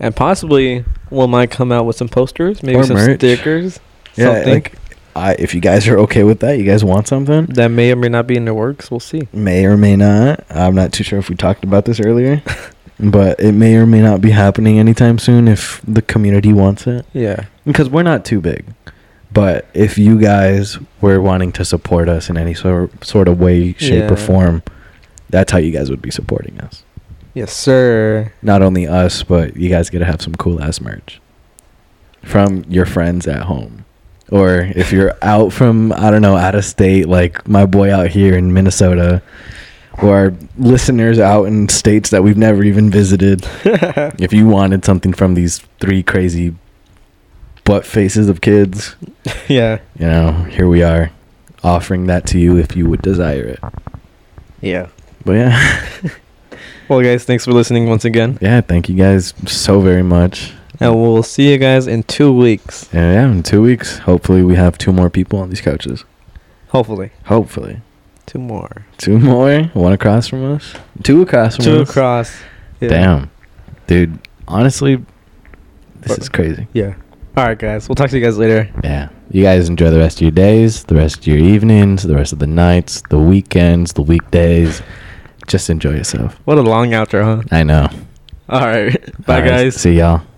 C: And possibly we might come out with some posters, maybe
A: Or
C: some
A: merch.
C: stickers,
A: Yeah,
C: something
A: like I, if you guys are okay with that, you guys want something,
C: that may or may not be in the works. We'll see.
A: may or may not. I'm not too sure if we talked about this earlier, but it may or may not be happening anytime soon if the community wants it.
C: Yeah,
A: because we're not too big. But if you guys were wanting to support us in any sort sort of way, shape,
C: Yeah.
A: or form, that's how you guys would be supporting us.
C: yes, sir.
A: Not only us, but you guys get to have some cool ass merch from your friends at home, or if you're out from I don't know out of state, like my boy out here in Minnesota, or our listeners out in states that we've never even visited. if you wanted something from these three crazy butt faces of kids
C: yeah,
A: you know, here we are offering that to you if you would desire it.
C: yeah.
A: But yeah,
C: Well, guys, thanks for listening once again,
A: yeah, thank you guys so very much.
C: and we'll see you guys in two weeks,
A: And yeah, in two weeks, hopefully, we have two more people on these couches.
C: hopefully.
A: Hopefully,
C: Two more.
A: two more, one across from us, two across from
C: Two
A: us.
C: across. Yeah.
A: Damn, dude, honestly, this is crazy.
C: Yeah. All right, guys. We'll talk to you guys later.
A: Yeah, you guys enjoy the rest of your days, the rest of your evenings, the rest of the nights, the weekends, the weekdays. Just enjoy yourself.
C: What a long outro, huh?
A: I know.
C: All right. Bye,
A: All right,
C: guys.
A: See y'all.